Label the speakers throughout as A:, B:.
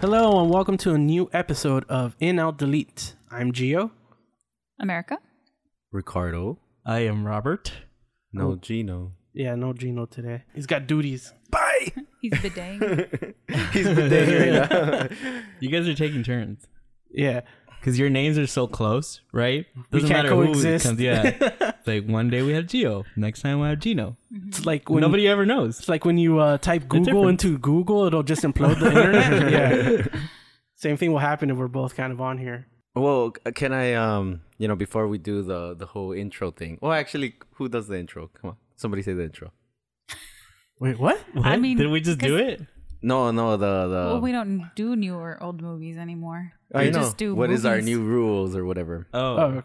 A: Hello and welcome to a new episode of In Out Delete. I'm Gio.
B: America.
C: Ricardo.
D: I am Robert.
C: No, Gino.
A: Yeah, no Gino today. He's got duties.
C: Bye.
B: He's bidang.
C: He's been there.
D: You guys are taking turns
A: Yeah.
D: because your names are so close, right?
A: We can't coexist.
D: Who it comes, yeah, It's like one day we have Geo, next time we have Gino.
A: It's like when
D: Nobody ever knows.
A: it's like when you uh, type Google
D: difference.
A: into Google, it'll just implode the internet. yeah. Same thing will happen if we're both kind of on here.
C: Well, c- can I um, you know, before we do the the whole intro thing. Well, actually, who does the intro? Come on. Somebody say the intro.
A: Wait, what?
B: I mean,
D: did we just do
B: 'cause-
D: it?
C: No, no, the the
B: well, we don't do new or old movies anymore.
C: I
B: we
C: know.
B: just do
C: What is our
B: movies.
C: new rules or whatever?
D: Oh,
A: Oh,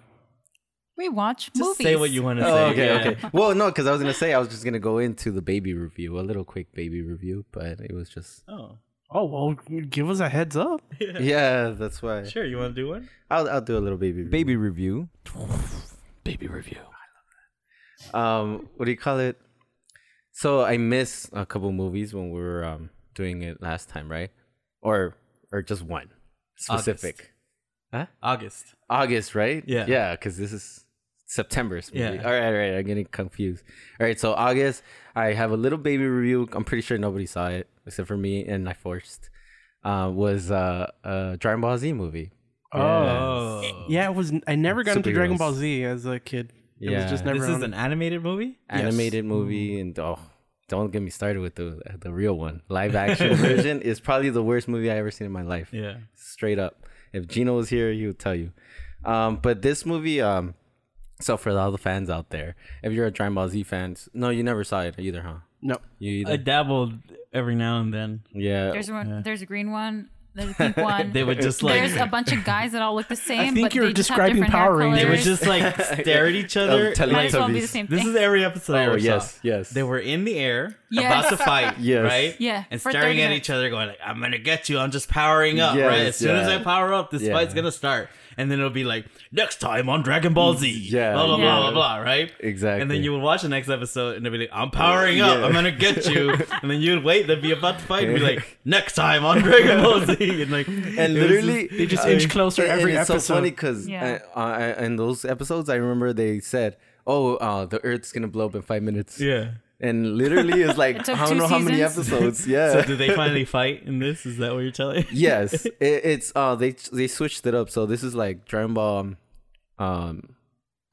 B: We watch
D: just
B: movies.
D: say what you want to
C: Oh,
D: say.
C: okay,
D: yeah.
C: okay. Well, no, because I was gonna say I was just gonna go into the baby review, a little quick baby review, but it was just
D: Oh,
A: oh well, you give us a heads up.
C: yeah, that's why
D: sure. You want to do one?
C: I'll I'll do a little baby review. baby review.
D: Baby review.
C: um what do you call it so i missed a couple movies when we were um doing it last time right or or just one specific
D: August.
C: august, right
D: Yeah.
C: yeah because this is september's movie.
D: Yeah.
C: all right all right i'm getting confused all right so august i have a little baby review i'm pretty sure nobody saw it except for me and i forced uh, was uh, a Dragon Ball Z movie.
D: Oh,
A: Yeah, it was. I never got into Dragon
C: Superheroes.
A: Ball Z as a kid. It was
C: Yeah.
A: just never.
D: This is
A: on-
D: an animated movie.
C: animated movie and oh don't get me started with the the real one live action version is probably the worst movie i ever seen in my life
D: Yeah.
C: straight up if gino was here he would tell you um but this movie um so for all the fans out there if you're a dragon ball z fans no you never saw it either huh
A: no.
C: you
D: I
C: either
D: dabbled every now and then.
C: yeah
B: There's one. There's a green one. There's a pink one.
D: They would just like
B: Mm. there's a bunch of guys that all look the same.
A: think
B: but
A: you're
B: they just have
A: describing
B: different
A: Power
B: hair
A: Rangers.
D: they would
B: colors.
D: just like stare at each other.
C: telling
B: might
D: like,
B: as well be the
C: Teletubbies.
B: same thing.
D: This is every episode. I
C: oh
D: ever saw.
C: yes yes
D: They were in the air,
B: Yes.
D: about to fight,
C: Yes.
D: right?
B: Yeah,
D: and
B: for
D: staring
B: 30
D: at
B: minutes.
D: each other, going like, "I'm gonna get you. I'm just powering up,
C: Yes,
D: right? As soon as
C: yeah.
D: I power up, this
C: Yeah.
D: fight's gonna start." And then it'll be like, "Next time on Dragon Ball Z,
C: Yeah,
D: blah blah
B: yeah.
D: blah blah blah," right?
C: exactly
D: And then you would watch the next episode, and they'd be like, "I'm powering up.
C: Yeah.
D: I'm gonna get you." and then you'd wait. They'd be about to fight, and be like, "Next time on Dragon Ball Z," and like,
C: and
D: it was
C: literally
D: just-
A: They just
C: I
A: inch
C: mean,
A: closer
C: and- and
A: every
C: it's so
A: episode.
C: funny because
B: Yeah.
C: in those episodes i remember they said oh uh, the earth's gonna blow up in five minutes
D: yeah.
C: and literally it's like
B: It took
C: I don't
B: two
C: know how many
B: seasons.
C: episodes. Yeah.
D: So do they finally fight in this? Is that what you're telling?
C: yes, it, it's uh they they switched it up. So this is like Dragon Ball, um, um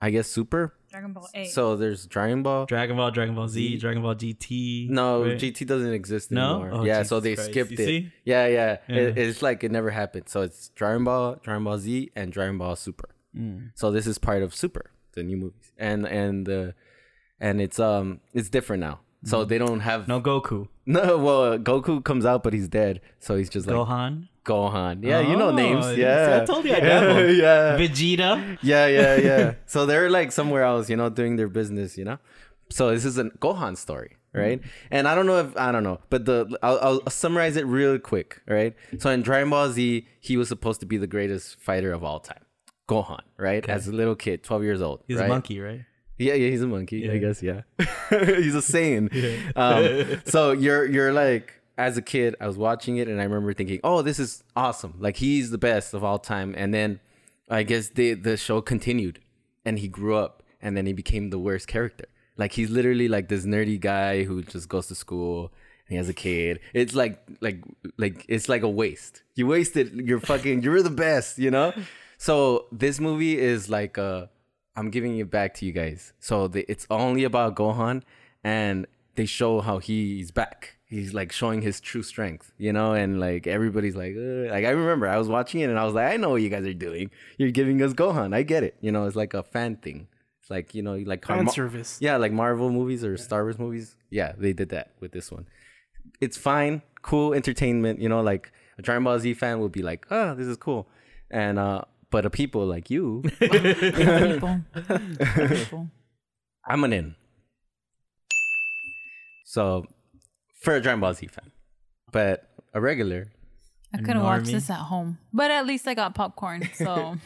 C: I guess Super.
B: Dragon Ball A.
C: So there's Dragon Ball.
D: Dragon Ball, Dragon Ball Z, Dragon Ball GT.
C: No,
D: right?
C: GT doesn't exist
D: No?
C: anymore.
D: Oh,
C: yeah, so
D: Jesus
C: they
D: Christ.
C: skipped
D: You
C: it.
D: see?
C: Yeah, yeah. It, it's like it never happened. So it's Dragon Ball, Dragon Ball Z, and Dragon Ball Super.
D: Mm.
C: So this is part of Super, the new movies, and and uh, and it's um it's different now.
D: Mm-hmm.
C: So they don't have no.
D: No Goku.
C: well, uh, Goku comes out, but he's dead. So he's just like
D: Gohan.
C: Gohan. Yeah, you know
D: Oh,
C: names.
D: yes.
C: Yeah.
D: I told you I dabbled.
C: yeah.
D: Vegeta.
C: Yeah, yeah, yeah. so they're like somewhere else, you know, doing their business, you know. So this is a Gohan story, right? And I don't know if I don't know, but the I'll, I'll summarize it real quick, all right? So in Dragon Ball Z, he was supposed to be the greatest fighter of all time. Gohan, right? As a little kid, 12 years old.
D: He's
C: right?
D: a monkey, right?
C: Yeah, yeah, he's a monkey. I guess, yeah. he's a sane. Um, so you're you're like as a kid, I was watching it and I remember thinking, "Oh, this is awesome! Like he's the best of all time." And then I guess the the show continued, and he grew up, and then he became the worst character. Like he's literally like this nerdy guy who just goes to school. and He has a kid. It's like like like it's like a waste. You wasted your fucking. You're the best, you know. So this movie is like a I'm giving it back to you guys. So the, it's only about Gohan, and they show how he's back. He's like showing his true strength, you know, and like everybody's like, "Ugh." like I remember I was watching it and I was like, I know what you guys are doing. You're giving us Gohan. I get it. You know, it's like a fan thing. It's like you know, like how
A: Fan
C: Mar-
A: service.
C: yeah, like Marvel movies or Star Wars movies. Yeah, they did that with this one. It's fine, cool entertainment. You know, like a Dragon Ball Z fan would be like, oh, this is cool, and uh, but a people like you,
B: people. people.
C: I'm an in. So, for a Dragon Ball Z fan, but a regular.
B: I could have watched
D: normie.
B: this at home, but at least I got popcorn. So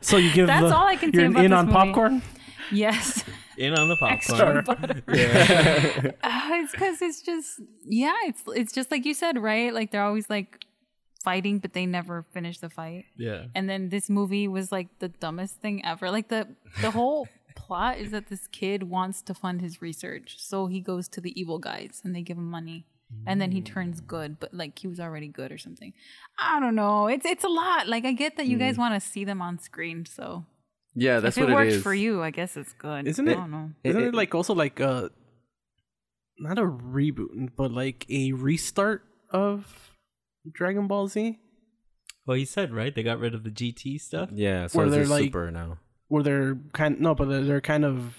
A: So you give
B: That's
A: the-
B: all I can say
A: you're an
B: about
A: in
B: this
A: on
B: movie.
A: popcorn.
B: yes,
D: in on the popcorn.
B: extra butter. Uh, it's because it's just yeah, it's it's just like you said, right? Like they're always like fighting, but they never finish the fight.
D: Yeah.
B: And then this movie was like the dumbest thing ever. Like the the whole plot is that this kid wants to fund his research, so he goes to the evil guys and they give him money. And then he turns good, but like he was already good or something. I don't know. It's it's a lot. Like I get that you guys want to see them on screen, so
C: Yeah, that's
B: if
C: what
B: it works
C: is.
B: for you, I guess it's good.
A: Isn't
B: I
A: it-
B: don't know.
A: Isn't
C: it-
A: it, like also like uh not a reboot, but like a restart of Dragon Ball Z,
D: Well, he said right. They got rid of the GT stuff.
C: Yeah, so
A: Where
C: it's
A: they're
C: just
A: like-
C: super now.
A: where they're kind no, but they're, they're kind of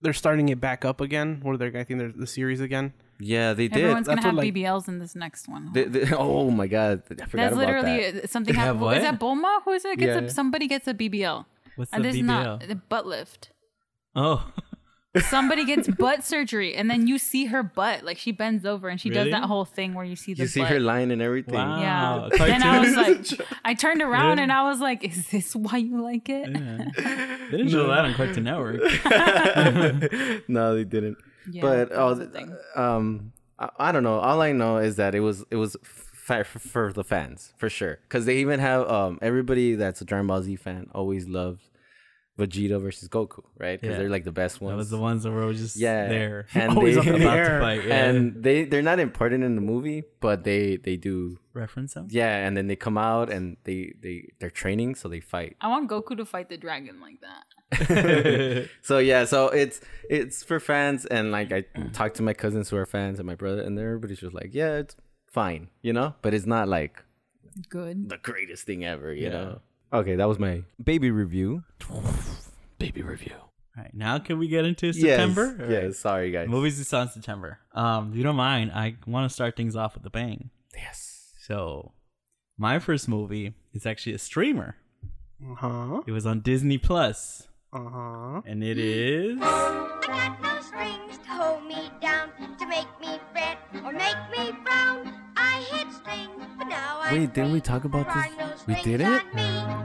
A: they're starting it back up again. Where they're I think they're the series again.
C: Yeah, they did.
B: Everyone's gonna
A: That's what, like-
B: have BBLs in this next one. huh?
C: They- they- oh my god, I forgot
B: That's
C: about
B: literally
C: that.
B: uh, something.
D: They have
B: Happened. Is
D: what?
B: that Bulma? Who is it? Gets
C: Yeah.
B: a, somebody gets a BBL.
D: What's the
B: And this
D: BBL?
B: is Uh, not the butt lift.
D: oh,
B: Somebody gets butt surgery, and then you see her butt. Like she bends over and she
D: Really?
B: does that whole thing where you see the
C: You see
B: butt.
C: her line and everything.
D: Wow.
B: yeah.
D: Oh,
B: Then I was
D: cartoons.
B: like, I turned around
D: Yeah.
B: and I was like, "Is this why you like it?"
D: yeah. they didn't show that on Cartoon Network.
C: no, they didn't.
B: Yeah,
C: but
B: that
C: oh,
B: was the thing.
C: um, I, I don't know. All I know is that it was it was f- for, for the fans for sure. Because they even have um everybody that's a Dragon Ball Z fan always loved Vegeta versus Goku, right? Because
D: Yeah.
C: they're like the best
D: That was
C: ones.
D: the ones that were always just
C: yeah,
D: there.
C: and
A: Always up
C: they
A: in the
D: about
A: air.
D: to fight. Yeah.
C: and they they're not important in the movie, but they they do
D: reference them.
C: yeah. And then they come out and they they they're training, so they fight.
B: I want Goku to fight the dragon like that.
C: So yeah, so it's it's for fans, and like I talked to my cousins who are fans and my brother, and everybody's just like, yeah, it's fine, you know, but it's not like
B: Good.
C: the greatest thing ever, you
D: Yeah.
C: know. Okay, that was my baby review. baby review.
D: All right, now can we get into
C: Yes,
D: September? All
C: Yes,
D: right.
C: sorry guys.
D: Movies we saw in September. Um, if you don't mind, I want to start things off with a bang.
C: Yes.
D: So, my first movie is actually a streamer.
A: Uh huh.
C: Uh-huh.
D: It was on Disney Plus,
A: Uh huh.
D: and it is.
E: Those strings to hold me down, to make me fret or make me frown. I hit strings, but now I.
C: Wait, didn't we talk about this? We did it?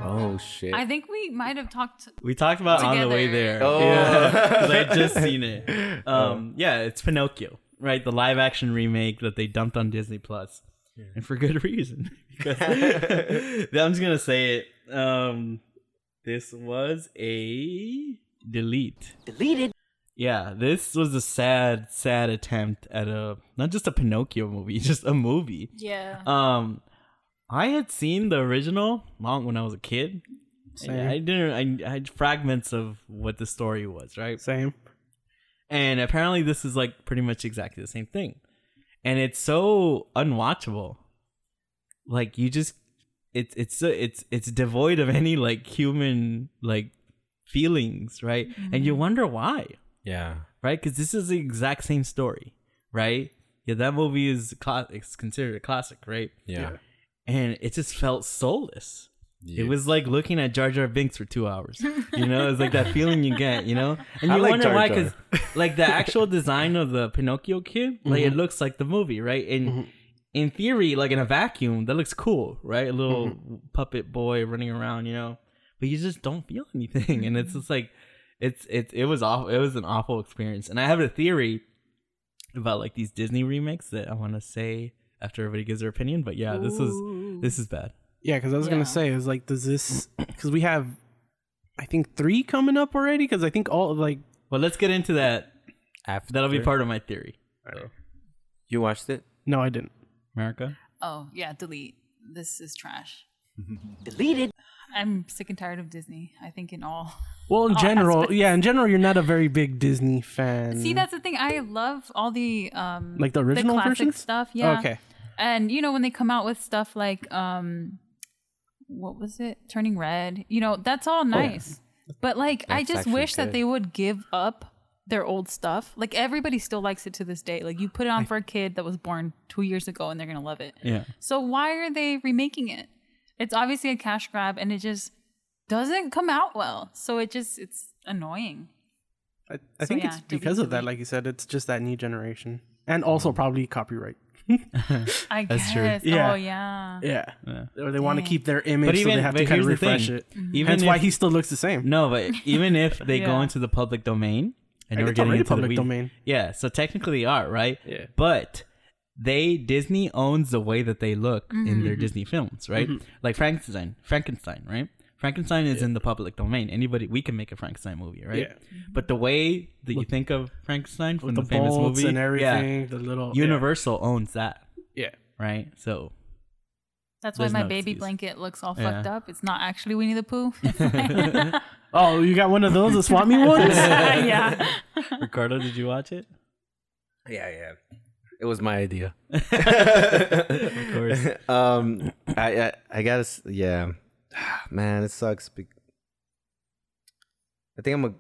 C: Oh shit.
B: I think we might have talked.
D: We talked about on the way
B: Together.
D: there.
C: Oh.
D: Yeah, 'cause I had just seen it. Um, yeah, it's Pinocchio, right? The live action remake that they dumped on Disney Plus, and for good reason. Because- I'm just gonna say it. Um, this was a delete. Deleted. Yeah, this was a sad, sad attempt at a not just a Pinocchio movie, just a movie.
B: Yeah.
D: Um, I had seen the original long when I was a kid. I, I didn't. I, I had fragments of what the story was, right?
A: Same.
D: And apparently, this is like pretty much exactly the same thing, and it's so unwatchable. Like you just, it's it's so- it's it's devoid of any like human like feelings, right? And you wonder why
C: yeah.
D: right? Because this is the exact same story, right? Yeah, that movie is cla- it's considered a classic, right?
C: Yeah.
D: And it just felt soulless. It was like looking at Jar Jar Binks for two hours. You know, it's like that feeling you get, you know? And
C: I
D: you
C: like
D: wonder
C: Jar
D: why,
C: Jar.
D: because like the actual design of the Pinocchio kid, like
C: Mm-hmm.
D: it looks like the movie, right? And in theory, like in a vacuum, that looks cool, right? A little
C: Mm-hmm.
D: puppet boy running around, you know? But you just don't feel anything. And it's just like, it's, it, it was awful. It was an awful experience. And I have a theory about like these Disney remakes that I want to say after everybody gives their opinion. But yeah, this is, this is bad.
A: Yeah, because I was
B: Yeah.
A: gonna say, I was like, does this? Because we have, I think three coming up already. Because I think all like
D: Well, let's get into that.
C: After
D: That'll be part of my theory.
C: You watched it?
A: no, I didn't.
D: America?
B: Oh yeah, delete. This is trash. Deleted. I'm sick and tired of Disney. I think in all.
A: Well, in
B: Oh,
A: general,
B: aspects.
A: yeah, in general, you're not a very big Disney fan.
B: See, that's the thing. I love all the um
A: Mm. Like the original
B: classic
A: versions?
B: stuff. Yeah.
A: Okay.
B: And you know when they come out with stuff like um, what was it? Turning Red. You know that's all nice. But like, I
C: That's
B: just
C: actually
B: wish
C: good.
B: that they would give up their old stuff. Like everybody still likes it to this day. Like you put it on for a kid that was born two years ago and they're gonna love it.
D: Yeah.
B: So why are they remaking it? It's obviously a cash grab and it just doesn't come out well. So it just it's annoying.
A: I, I
B: So,
A: think
B: yeah,
A: it's
B: delete,
A: because of that,
B: delete.
A: like you said, it's just that new generation, and also probably copyright.
B: I
D: That's true.
B: guess.
A: Yeah.
B: Oh yeah.
A: Yeah,
D: Yeah.
A: or they want to
B: Dang.
A: keep their image,
D: But
A: so
D: even-
A: they have
D: but
A: to kind
D: here's
A: of
D: the
B: Mm-hmm.
A: refresh
D: thing.
A: it.
D: Even
A: Hence why
D: if-
A: he still looks the same.
D: No, but even if they go
B: Yeah.
D: into the public domain, and
A: I
D: we're
A: think it's
D: getting
A: already
D: into the
A: public
D: weed.
A: domain.
D: Yeah, so technically they are right.
C: Yeah.
D: but they Disney owns the way that they look in their Disney films, right?
A: Mm-hmm.
D: Like Frankenstein, Frankenstein, right? Frankenstein is in the public domain. Anybody, we can make a Frankenstein movie, right?
A: Yeah.
D: But the way that you think of Frankenstein from
A: the,
D: the famous
A: bolts
D: movie
A: and
D: yeah,
A: everything. The little yeah,
D: Universal owns that,
A: Yeah.
D: right? So
B: That's why
D: There's
B: my
D: no
B: baby
D: excuse.
B: blanket looks all
D: Yeah.
B: fucked up. It's not actually Winnie the Pooh.
A: Oh, you got one of those, the Swami ones.
B: yeah.
D: Ricardo, did you watch it?
C: Yeah, yeah. It was my idea.
D: Of course.
C: um, I, I, I gotta, s- yeah, man, it sucks. Be- I think I'm a.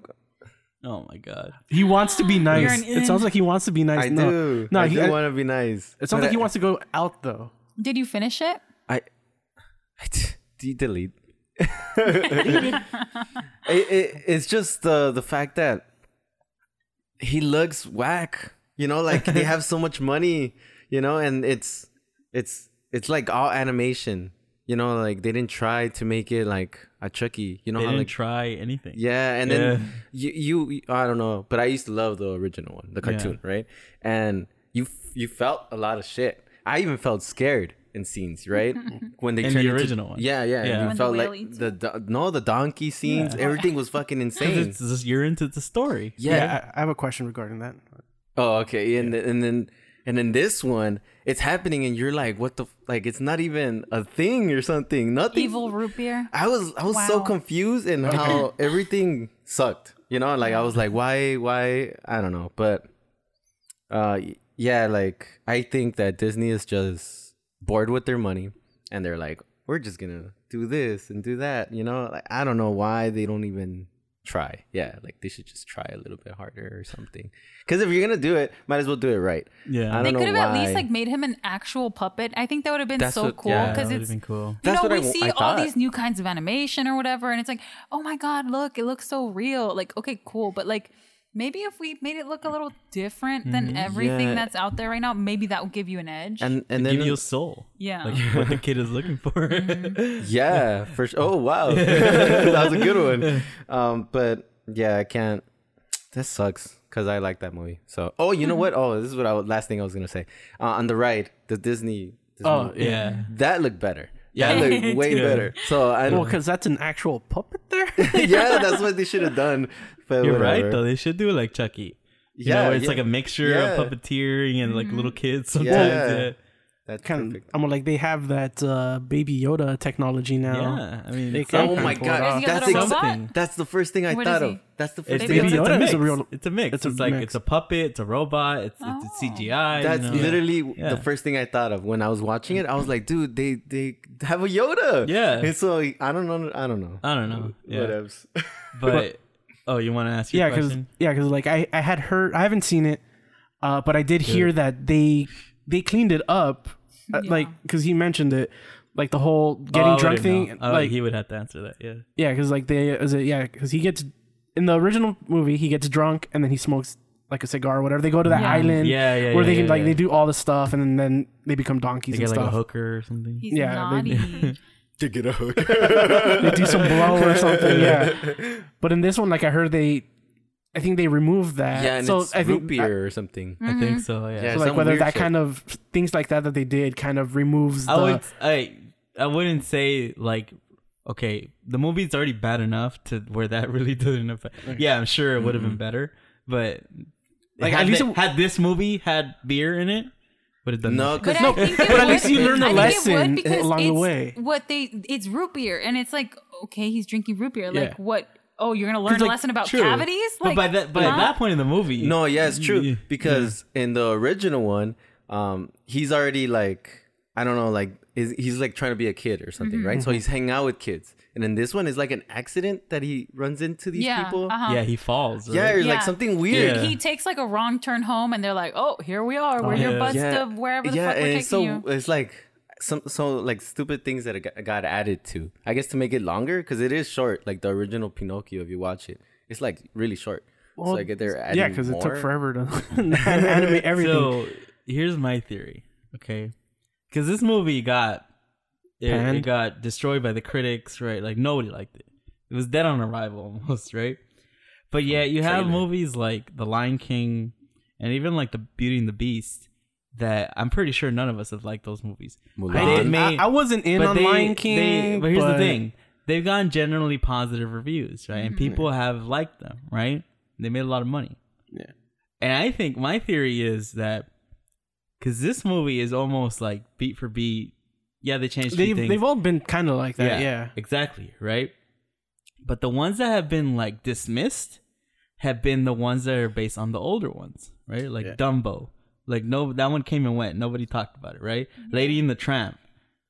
D: Oh my god.
A: He wants to be nice.
B: an
A: it sounds like he wants to be nice.
C: I
A: no,
C: do.
A: no,
C: I
A: he,
C: do
A: I-
C: want to be nice.
A: it sounds
C: But
A: like he
C: I-
A: wants to go out though.
B: Did you finish it?
C: I, I d- d- delete. it, it, it's just the the fact that he looks whack. You know, like they have so much money. You know, and it's it's it's like all animation. You know, like they didn't try to make it like a Chucky. You know
D: They
C: how
D: didn't
C: like
D: try anything.
C: yeah, and then you, you I don't know, but I used to love the original one, the cartoon, right? And you f- you felt a lot of shit. I even felt scared in scenes, right? When they
D: In the
C: turned
D: original one.
C: into, yeah, yeah, and
D: Yeah.
C: you
D: When
B: the
C: felt
B: whale
C: like
B: eats
C: the do- no the donkey scenes, everything was fucking
D: 'Cause
C: insane.
D: It's just, you're into the story.
C: Yeah.
A: Yeah, I, I have a question regarding that.
C: Oh, okay. And then and then and then this one, it's happening, and you're like, what the f- like? It's not even a thing or something. Nothing.
B: Evil root beer.
C: I was I was so
B: Wow.
C: confused and how everything sucked. You know, like I was like, why, why? I don't know. But uh, y- yeah, like I think that Disney is just bored with their money, and they're like, we're just gonna do this and do that. You know, like I don't know why they don't even try. Yeah, like they should just try a little bit harder or something. Because if you're gonna do it, might as well do it right.
D: Yeah.
C: I
B: They
C: don't know
B: could have at least
C: why.
B: like made him an actual puppet. I think that would have been
C: That's
B: so
C: what-
B: cool
C: yeah,
B: because
D: that
B: it's
D: been cool.
B: you
C: That's
B: know
C: what I
B: we
C: w-
B: see
C: I
B: all
C: thought.
B: these new kinds of animation or whatever, and it's like, oh my god, look, it looks so real. Like okay, cool, but like maybe if we made it look a little different
D: Mm-hmm.
B: than everything
C: Yeah.
B: that's out there right now, maybe that will give you an edge.
C: And and
D: Give
C: then
D: you a soul.
B: yeah,
D: Like what the kid is looking for.
C: Yeah, for sure. Oh wow, that was a good one. Um, but yeah, I can't. That sucks because I like that movie. So oh, you know what? Oh, this is what I was, last thing I was gonna say. Uh, on the right, the Disney. Disney
A: Oh,
C: movie,
D: yeah.
C: that looked better.
D: Yeah.
C: that looked way
D: Yeah.
C: better. So I
A: Well,
C: don't.
A: because that's an actual puppet there.
C: yeah, that's what they should have done. But
D: You're right
C: whatever.
D: though. They should do it like Chucky. You
C: Yeah,
D: know, where it's
C: yeah.
D: like a mixture
C: Yeah.
D: of puppeteering and like little kids sometimes.
C: Yeah.
D: Yeah.
C: That's
A: kind of,
C: perfect.
A: I'm like they have that uh, baby Yoda technology now.
D: Yeah, I mean,
A: They
D: some-
A: can-
C: Oh my
A: Something.
C: god,
B: Is he a
C: that's
B: little
C: ex-
B: robot?
C: that's the first thing I
B: What is
C: thought
B: he?
C: of. That's the
D: It's
C: first thing.
D: basically
C: I
A: Baby
D: it's
C: thought
D: a
A: Yoda
D: mix.
A: is a real-
D: It's a mix. It's,
A: it's a
D: like
A: mix.
D: it's a puppet. It's a robot. It's, it's CGI.
C: That's
D: you know?
C: literally
D: uh, Yeah.
C: the first thing I thought of when I was watching it. I was like, dude, they they have a Yoda.
D: Yeah.
C: And so I don't know. I don't know.
D: I don't know. Yeah.
C: Whatevs.
D: But oh, you want to ask? Your
A: yeah, because
D: question?
A: yeah, because like I, I had heard, I haven't seen it, uh, but I did hear that they they cleaned it up, uh, like because he mentioned it, like the whole
D: Oh, I
A: getting drunk
D: wouldn't
A: thing,
D: know. Oh,
A: like
D: he would have to answer that. Yeah.
A: yeah, because like they is it yeah, because he gets in the original movie he gets drunk and then he smokes like a cigar or whatever. They go to that
B: Yeah.
A: island,
D: Yeah, yeah,
A: where
D: yeah,
A: they can
D: yeah,
A: like
D: yeah.
A: they do all the stuff and then, then they become donkeys
D: They get
A: and
D: like a
A: stuff.
D: hooker or something.
B: he's
A: yeah, they-
B: naughty.
C: To get a hook.
A: they do some blow or something. Yeah. But in this one, like I heard they, I think they removed that.
C: Yeah, and
A: so
C: it's
A: I think
C: root beer or something.
D: I think Mm. so. Yeah.
A: so,
C: Yeah,
A: like
C: some
A: whether
C: weird
A: that
C: shit.
A: kind of things like that that they did kind of removes the.
D: I would I I wouldn't say like okay, the movie's already bad enough to where that really doesn't affect. Yeah, I'm sure it would have been better, but
A: Mm-hmm. Like,
D: had,
A: at least
D: thi-
A: it-
D: had this movie had beer in it, would have done
C: No,
B: But
C: because
B: I think it
A: but at least
B: would-
A: you learned a
B: I think it
A: lesson
B: would because
A: along the
B: it's
A: way.
B: What they it's root beer, and it's like okay, he's drinking root beer.
D: Yeah.
B: Like what? Oh, you're gonna learn a
D: like,
B: lesson about
D: true.
B: cavities.
D: But
B: Like,
D: by that by
B: huh?
D: that point in the movie,
C: no, yeah, it's
D: Yeah.
C: true. Because in the original one, um, he's already like I don't know, like is he's like trying to be a kid or something, right? So he's hanging out with kids, and in this one, is like an accident that he runs into these
B: yeah,
C: people.
B: uh-huh.
D: yeah, he falls.
C: Yeah,
D: right?
C: or like
B: Yeah.
C: something weird.
D: Yeah.
B: he takes like a wrong turn home, and they're like, "Oh, here we are. We're
D: yeah.
B: your bus to wherever the fuck we're
C: and
B: taking
C: it's so
B: you."
C: it's like some so like stupid things that got, got added to. I guess to make it longer because it is short. Like the original Pinocchio, if you watch it, it's like really short. so like they're adding
A: yeah, because it
C: more.
A: took forever to animate everything.
D: So here's my theory, okay? Because this movie got it, it
A: Panned?
D: got destroyed by the critics, right? Like nobody liked it. It was dead on arrival almost, right? But yeah, you have
C: trailer.
D: movies like The Lion King and even like The Beauty and the Beast that I'm pretty sure none of us have liked those movies.
C: Mulan.
D: I,
A: I,
D: did
A: I,
D: make,
A: wasn't in on
D: they-
A: Lion
D: they-
A: King.
D: but here's the thing: they've gotten generally positive reviews, right?
A: Mm-hmm.
D: And people have liked them, right? They made a lot of money.
A: Yeah.
D: And I think my theory is that because this movie is almost like beat for beat. Yeah, they changed. a few
A: They've,
D: things.
A: they've all been kind of like that. Yeah.
D: Exactly, right? But the ones that have been like dismissed have been the ones that are based on the older ones, right? Like
A: Yeah.
D: Dumbo. Like no that one came and went. Nobody talked about it, right? Lady in the Tramp.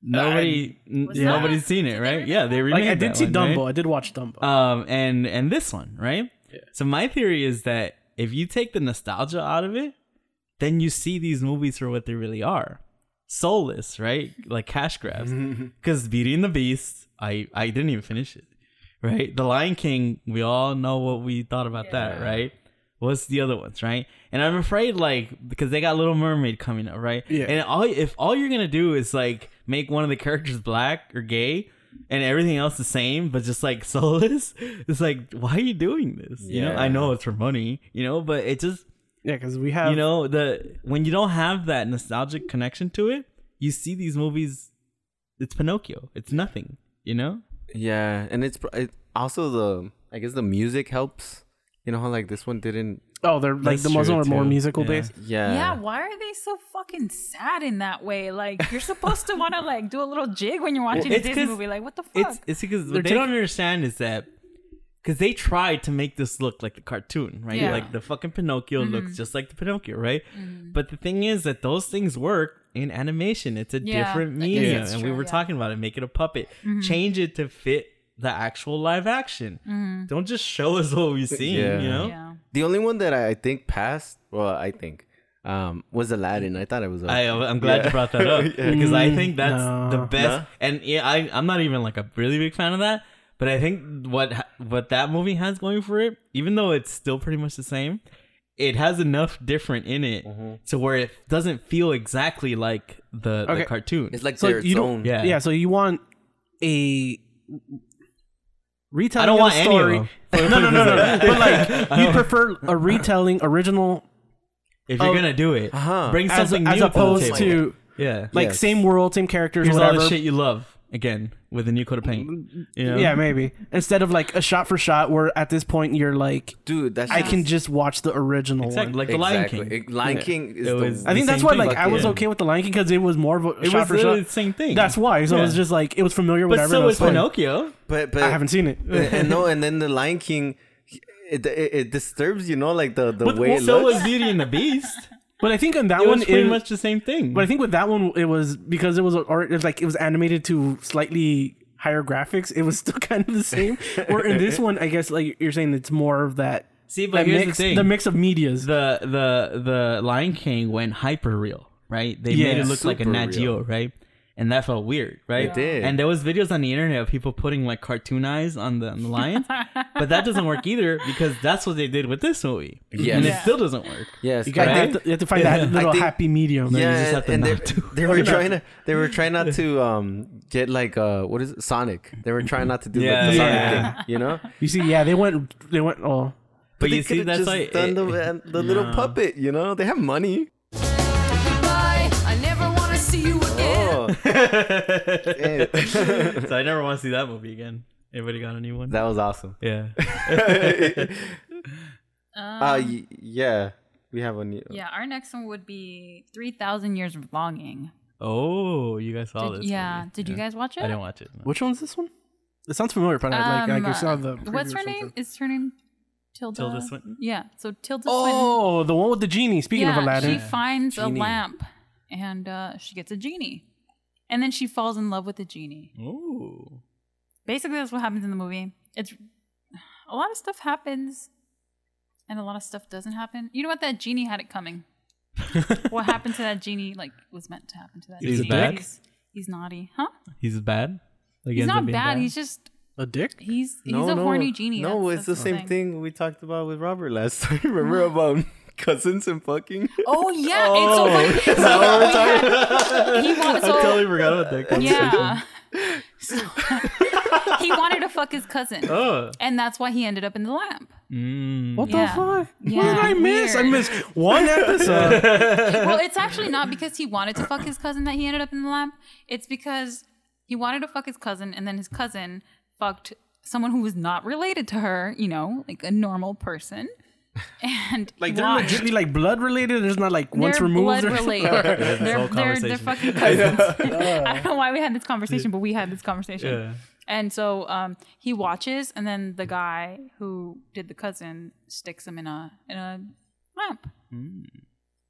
D: Nobody n-
B: Was that-
D: nobody's seen it,
B: did they
D: right?
B: remake
D: Yeah, they remade
A: Like I did
D: that
A: see
D: one, right?
A: Dumbo. I did watch Dumbo.
D: um and and this one right so my theory is that if you take the nostalgia out of it then you see these movies for what they really are soulless right like cash grabs because beauty and the beast i i didn't even finish it right the lion king we all know what we thought about that right what's the other ones right and i'm afraid like because they got little mermaid coming up right
A: Yeah.
D: and all if all you're gonna do is like make one of the characters black or gay and everything else the same, but just like soulless. It's like, why are you doing this? You know,
C: Yeah.
D: I know it's for money, you know, but it just,
A: yeah, because we have
D: you know, the when you don't have that nostalgic connection to it, you see these movies. It's Pinocchio. It's nothing, you know.
C: Yeah, and it's pr- it, also the I guess the music helps. You know how like this one didn't.
A: Oh, they're like
D: That's
A: the Muslim
D: true,
A: are more
D: too.
A: musical
D: Yeah.
A: based.
C: Yeah.
B: Yeah, why are they so fucking sad in that way? Like you're supposed to want to like do a little jig when you're watching a
D: it's
B: Disney
D: 'cause
B: movie. Like what the fuck?
D: It's it's because
A: They're
D: what they
A: taking-
D: don't understand is that because they tried to make this look like the cartoon, right?
B: Yeah. Mm-hmm.
D: Like the fucking Pinocchio looks just like the Pinocchio, right? But the thing is that those things work in animation. It's a
B: Yeah,
D: different
B: I guess
D: medium,
B: that's
D: and we
B: true,
D: were
B: yeah. Mm-hmm.
D: talking about it. Make it a puppet, change it to fit the actual live action.
B: Mm-hmm.
D: Don't just show us what we've seen,
C: Yeah.
D: you know.
B: yeah.
C: The only one that I, I think passed, well, I think, um, was Aladdin. I thought it was.
D: I, I'm glad you
C: Yeah.
D: brought that up because I think that's
A: No.
D: the best. And yeah, I, I'm not even like a really big fan of that, but I think what ha- what that movie has going for it, even though it's still pretty much the same, it has enough different in it
C: Mm-hmm.
D: to where it doesn't feel exactly like the,
A: Okay.
D: the cartoon.
C: it's like
A: So
C: their
A: you don't-
C: own.
D: yeah,
A: Yeah. so you want a retelling
D: I don't
A: of
D: want
A: the
D: any of
A: story.
D: them.
A: no, no, no, no. but like you prefer a retelling original
D: If you're
A: Oh.
D: gonna do it,
C: Uh-huh.
D: bring
A: as,
D: something
A: as
D: new to
A: opposed
D: the table.
A: to
D: yeah,
A: like
C: Yes.
A: same world, same characters,
D: here's all
A: whatever.
D: the shit you love again with a new coat of paint. You know?
A: Yeah, maybe instead of like a shot for shot, where at this point you're like,
C: dude, that's
A: I can just watch the original
D: exactly
A: one.
D: like the Lion King.
C: It- Lion King is
D: It
C: the.
D: was-
A: I think
D: the
A: that's
D: same
A: why
D: thing.
A: like I was
D: Yeah.
A: okay with the Lion King because it was more of a
D: It
A: shot
D: was
A: for
D: literally
A: shot.
D: the same thing.
A: That's why. So
D: Yeah.
A: it was just like it was familiar.
D: But
A: Whatever. and
D: so
A: it was
D: was
A: fun.
D: Pinocchio.
C: but but
A: I haven't seen it.
C: and Eh, no, and then the Lion King, it it, it disturbs you know like the the
D: But
C: way it
D: so
C: looks.
D: was Beauty and the Beast.
A: But I think on that
D: It
A: one,
D: was pretty
A: it-
D: much the same thing.
A: But I think with that one, it was because it was or it was like it was animated to slightly higher graphics. It was still kind of the same. or in this one, I guess like you're saying, it's more of that.
D: See, but
A: that
D: here's
A: mix,
D: the thing:
A: mix of media's.
D: the the the Lion King went hyper real, right? They made
A: Yeah,
D: it look like a
C: super
D: Nat Geo,
C: real.
D: right? And that felt weird, right?
C: It did.
D: And there was videos on the internet of people putting like cartoon eyes on the, on the lions, but that doesn't work either because that's what they did with this movie,
C: Yes.
D: and
C: Yeah.
D: it still doesn't work.
C: yes,
A: you, gotta,
C: I
A: you
C: think-
A: have to, you have to find that little
C: think-
A: happy medium.
D: you
C: yeah,
D: just have to
C: and they,
D: not do
C: they were trying to they were trying not to um get like uh what is it Sonic? They were trying not to do like,
D: Yeah.
C: the
A: Yeah.
C: Sonic thing, you know.
A: You see, yeah, they went, they went. Oh,
D: But
C: They
D: you see,
C: could've
D: that's
C: just
D: why
C: done
D: it-
C: the, and the little puppet. You know, they have money.
F: Bye. I never want to see you again.
C: Oh, damn.
D: so I never want to see that movie again. Everybody got a new one?
C: that was awesome.
D: yeah.
C: Uh, y- yeah, we have a new.
B: Yeah, our next one would be 3,000 Years of Longing.
D: Oh, you guys saw
B: Did-
D: this?
B: yeah.
D: movie.
B: Did you guys watch it?
D: I didn't watch it. no.
A: which one's this one? It sounds familiar, but I like, like I saw
B: Um,
A: the.
B: What's her
A: preview or
B: name?
A: something.
B: Is her name Tilda?
D: Tilda Swinton?
B: Yeah. So Tilda Swinton.
A: Oh, the one with the genie. Speaking
B: yeah,
A: of Aladdin,
B: she finds
A: Genie.
B: a lamp and uh, she gets a genie. And then she falls in love with the genie.
D: Ooh.
B: Basically, that's what happens in the movie. It's a lot of stuff happens and a lot of stuff doesn't happen. You know what? That genie had it coming. what happened to that genie, like, was meant to happen to that
D: He's
B: genie.
D: back?
B: He's, he's naughty. Huh?
D: He's bad. Like,
B: He's
D: he ends up
B: not
D: being
B: bad. He's just
A: a dick.
B: he's he's a horny genie.
C: No,
B: That's- Mm-hmm.
C: it's the
B: that's
C: same thing we talked about with Robert last time. Remember about cousins and fucking?
B: Oh yeah, it's so funny. So he wanted so,
D: forgot about that.
B: yeah. So- he wanted to fuck his cousin,
D: Oh.
B: and that's why he ended up in the lamp.
A: What
B: Yeah.
A: the fuck?
B: Yeah,
A: what did I miss? I
B: weird.
A: missed one episode.
B: well, it's actually not because he wanted to fuck his cousin that he ended up in the lab. It's because he wanted to fuck his cousin, and then his cousin fucked someone who was not related to her. You know, like a normal person. And
A: like they're
B: watched.
A: legitly like blood related. There's not like once
B: they're
A: removed.
B: blood
A: Or something.
B: related. they're,
D: whole
B: they're, they're
D: conversation.
B: fucking cousins. I don't know why we had this conversation, but we had this conversation.
D: Yeah.
B: And so um, he watches, and then the guy who did the cousin sticks him in a in a lamp.
D: Mm.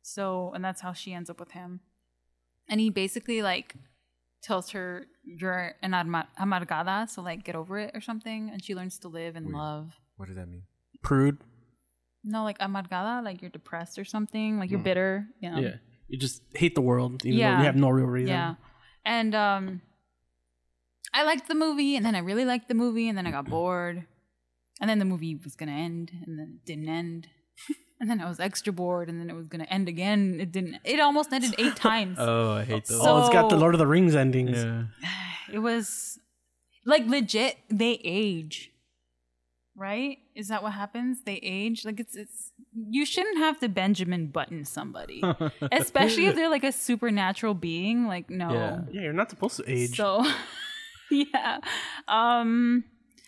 B: So, and that's how she ends up with him. And he basically like tells her, "You're an arma- amargada, so like get over it or something." And she learns to live and love.
C: What does that mean?
A: Prude.
B: No, like amargada, like you're depressed or something,
D: Hmm.
B: like you're bitter. You know?
A: Yeah. You just hate the world, even though
B: Yeah.
A: you have no real reason.
B: Yeah. And um I liked the movie and then I really liked the movie and then I got bored. And then the movie was going to end and then it didn't end. And then I was extra bored and then it was going to end again. It didn't It almost ended 8 times.
D: Oh, I hate those.
B: So-
A: oh, it's got the Lord of the Rings endings.
D: yeah.
B: It was like legit they age. Right? Is that what happens? They age? Like it's it's you shouldn't have to Benjamin button somebody. Especially if they're like a supernatural being. Like no.
D: Yeah.
A: Yeah, you're not supposed to age.
B: So, yeah. Um,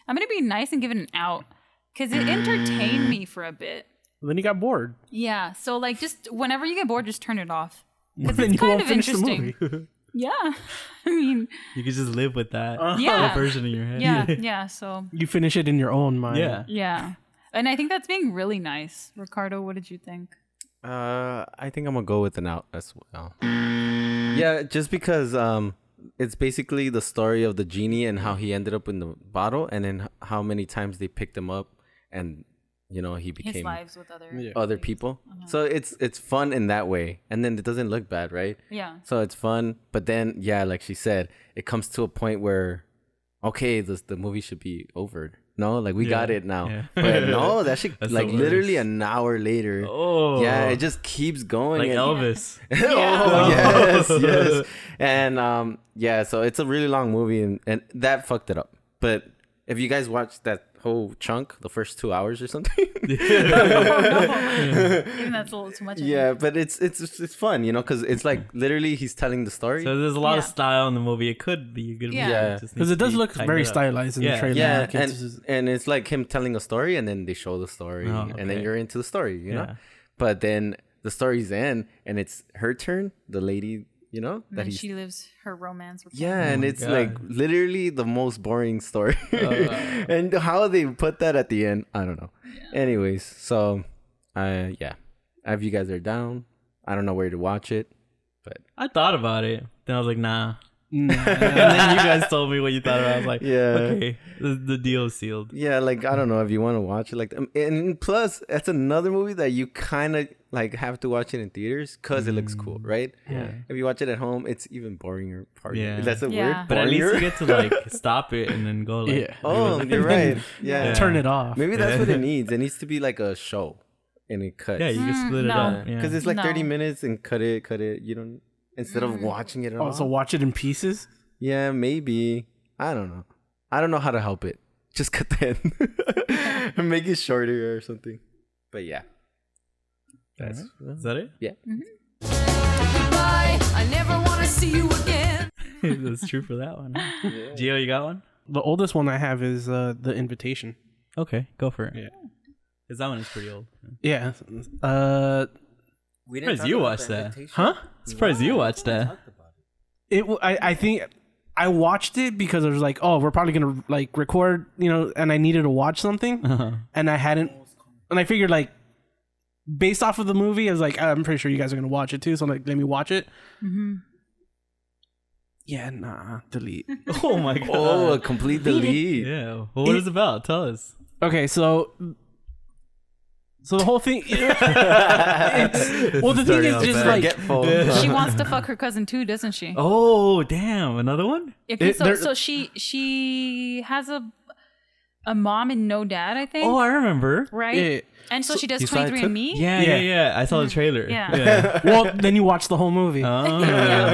B: I'm going to be nice and give it an out because it entertained me for a bit.
A: then you got bored.
B: Yeah. So, like, just whenever you get bored, just turn it off.
A: Then
B: it's
A: you
B: kind
A: won't
B: of
A: finish
B: interesting.
A: the movie.
B: Yeah. I mean,
D: You could just live with that
B: yeah.
D: version in your head.
B: Yeah. Yeah. So,
A: You finish it in your own mind.
D: yeah.
B: yeah. And I think that's being really nice. Ricardo, what did you think?
C: Uh, I think I'm gonna go with an out as well. Yeah, just because um, it's basically the story of the genie and how he ended up in the bottle, and then h- how many times they picked him up, and you know he
B: His Uh-huh.
C: became
B: lives with other.
C: other people. So it's it's fun in that way, and then it doesn't look bad, right?
B: Yeah.
C: So it's fun, but then yeah, like she said, it comes to a point where okay, this the movie should be over. No, like we got it now.
D: yeah.
C: But no, that should
D: That's the
C: like literally
D: worst.
C: an hour later.
D: Oh.
C: Yeah, it just keeps going.
D: like
C: and-
D: Elvis.
C: oh yes, yes. And um, yeah, so it's a really long movie, and, and that fucked it up. But if you guys watch that whole chunk, the first two hours or something,
B: Even that's a little too much. I think.
C: yeah. But it's it's it's- it's fun, you know, because it's like literally he's telling the story.
D: So there's a lot of
B: Yeah.
D: style in the movie. It could be a good
B: Yeah.
D: movie.
C: Yeah.
D: just
A: Because
D: needs
A: it
D: to
A: does
D: be
A: look
D: tightened
A: very
D: up.
A: stylized in the
D: Yeah.
A: trailer.
C: yeah,
A: Like, it's
C: and,
A: just-
C: and it's like him telling a story, and then they show the story,
D: Oh,
C: and then
D: okay.
C: you're into the story, you know.
D: Yeah.
C: But then the story's end, and it's her turn, the lady, you know,
B: And
C: that
B: then
C: he's
B: she lives her romance with
C: Yeah, and
D: Oh my
C: it's like
D: God. Oh.
C: literally the most boring story. and how they put that at the end, I don't know. Anyways, so uh yeah. If you guys are down, I don't know where to watch it.
D: I thought about it. Then I was like, nah. and then you guys told me what you thought about. it. I was like,
C: Yeah.
D: okay, the, the deal is sealed.
C: Yeah, like I don't know if you want to watch it like um, and plus that's another movie that you kind of like have to watch it in theaters cuz it looks
D: Mm.
C: cool, right? Yeah. If you watch it at home, it's even boringer part.
D: Yeah.
C: That's a
B: Yeah.
C: word.
D: But at least you
C: Boringer?
D: get to like stop it and then go like,
A: Yeah.
C: Oh, you're right. Yeah.
A: turn it off.
C: Maybe that's what it needs. It needs to be like a show and it cuts.
D: yeah, you can split
B: Mm, no.
D: it up. Yeah.
C: because it's like 30
B: No.
C: minutes and cut it cut it you don't instead
D: Mm-hmm.
C: of watching it at
D: Oh,
A: Also,
C: all
A: Oh, watch it in pieces.
C: yeah maybe i don't know i don't know how to help it just cut the end and make it shorter or something but yeah
D: That's, is that it?
C: yeah
F: Goodbye. I never want to see you again.
D: That's true for that one. huh? Gio, you got one?
A: The oldest one I have is uh, The Invitation.
D: Okay, go for it.
A: Yeah.
D: Because that one is pretty old.
A: Yeah. Uh,
C: we
D: Surprised you watched that.
A: huh?
D: Surprised you watched that.
A: It. w- I. I think I watched it because I was like, oh, we're probably gonna like record, you know, and I needed to watch something,
C: Uh-huh.
A: and I hadn't, and I figured like, based off of the movie, I was like, I'm pretty sure you guys are gonna watch it too, so I'm like, let me watch it. Mm-hmm. Yeah. Nah. Delete.
D: Oh my god.
C: oh a complete delete
D: Yeah. Well, what is it about? Tell us.
A: Okay, so so the whole thing. it's, well, the thing
D: starting
A: is
D: out
A: just
D: bad.
A: like
C: forgetful
B: She wants to fuck her cousin too, doesn't she?
D: Oh damn! Another one.
B: If you
A: It-
B: so,
A: there-
B: so she she has a a mom and no dad, I think.
D: Oh, I remember.
B: right?
A: Yeah.
B: And so, she does
C: you saw it
B: 23 and Me.
D: Yeah, yeah,
A: Yeah.
D: yeah. I saw the trailer.
B: Yeah.
A: well, then you watch the whole movie.
D: Oh.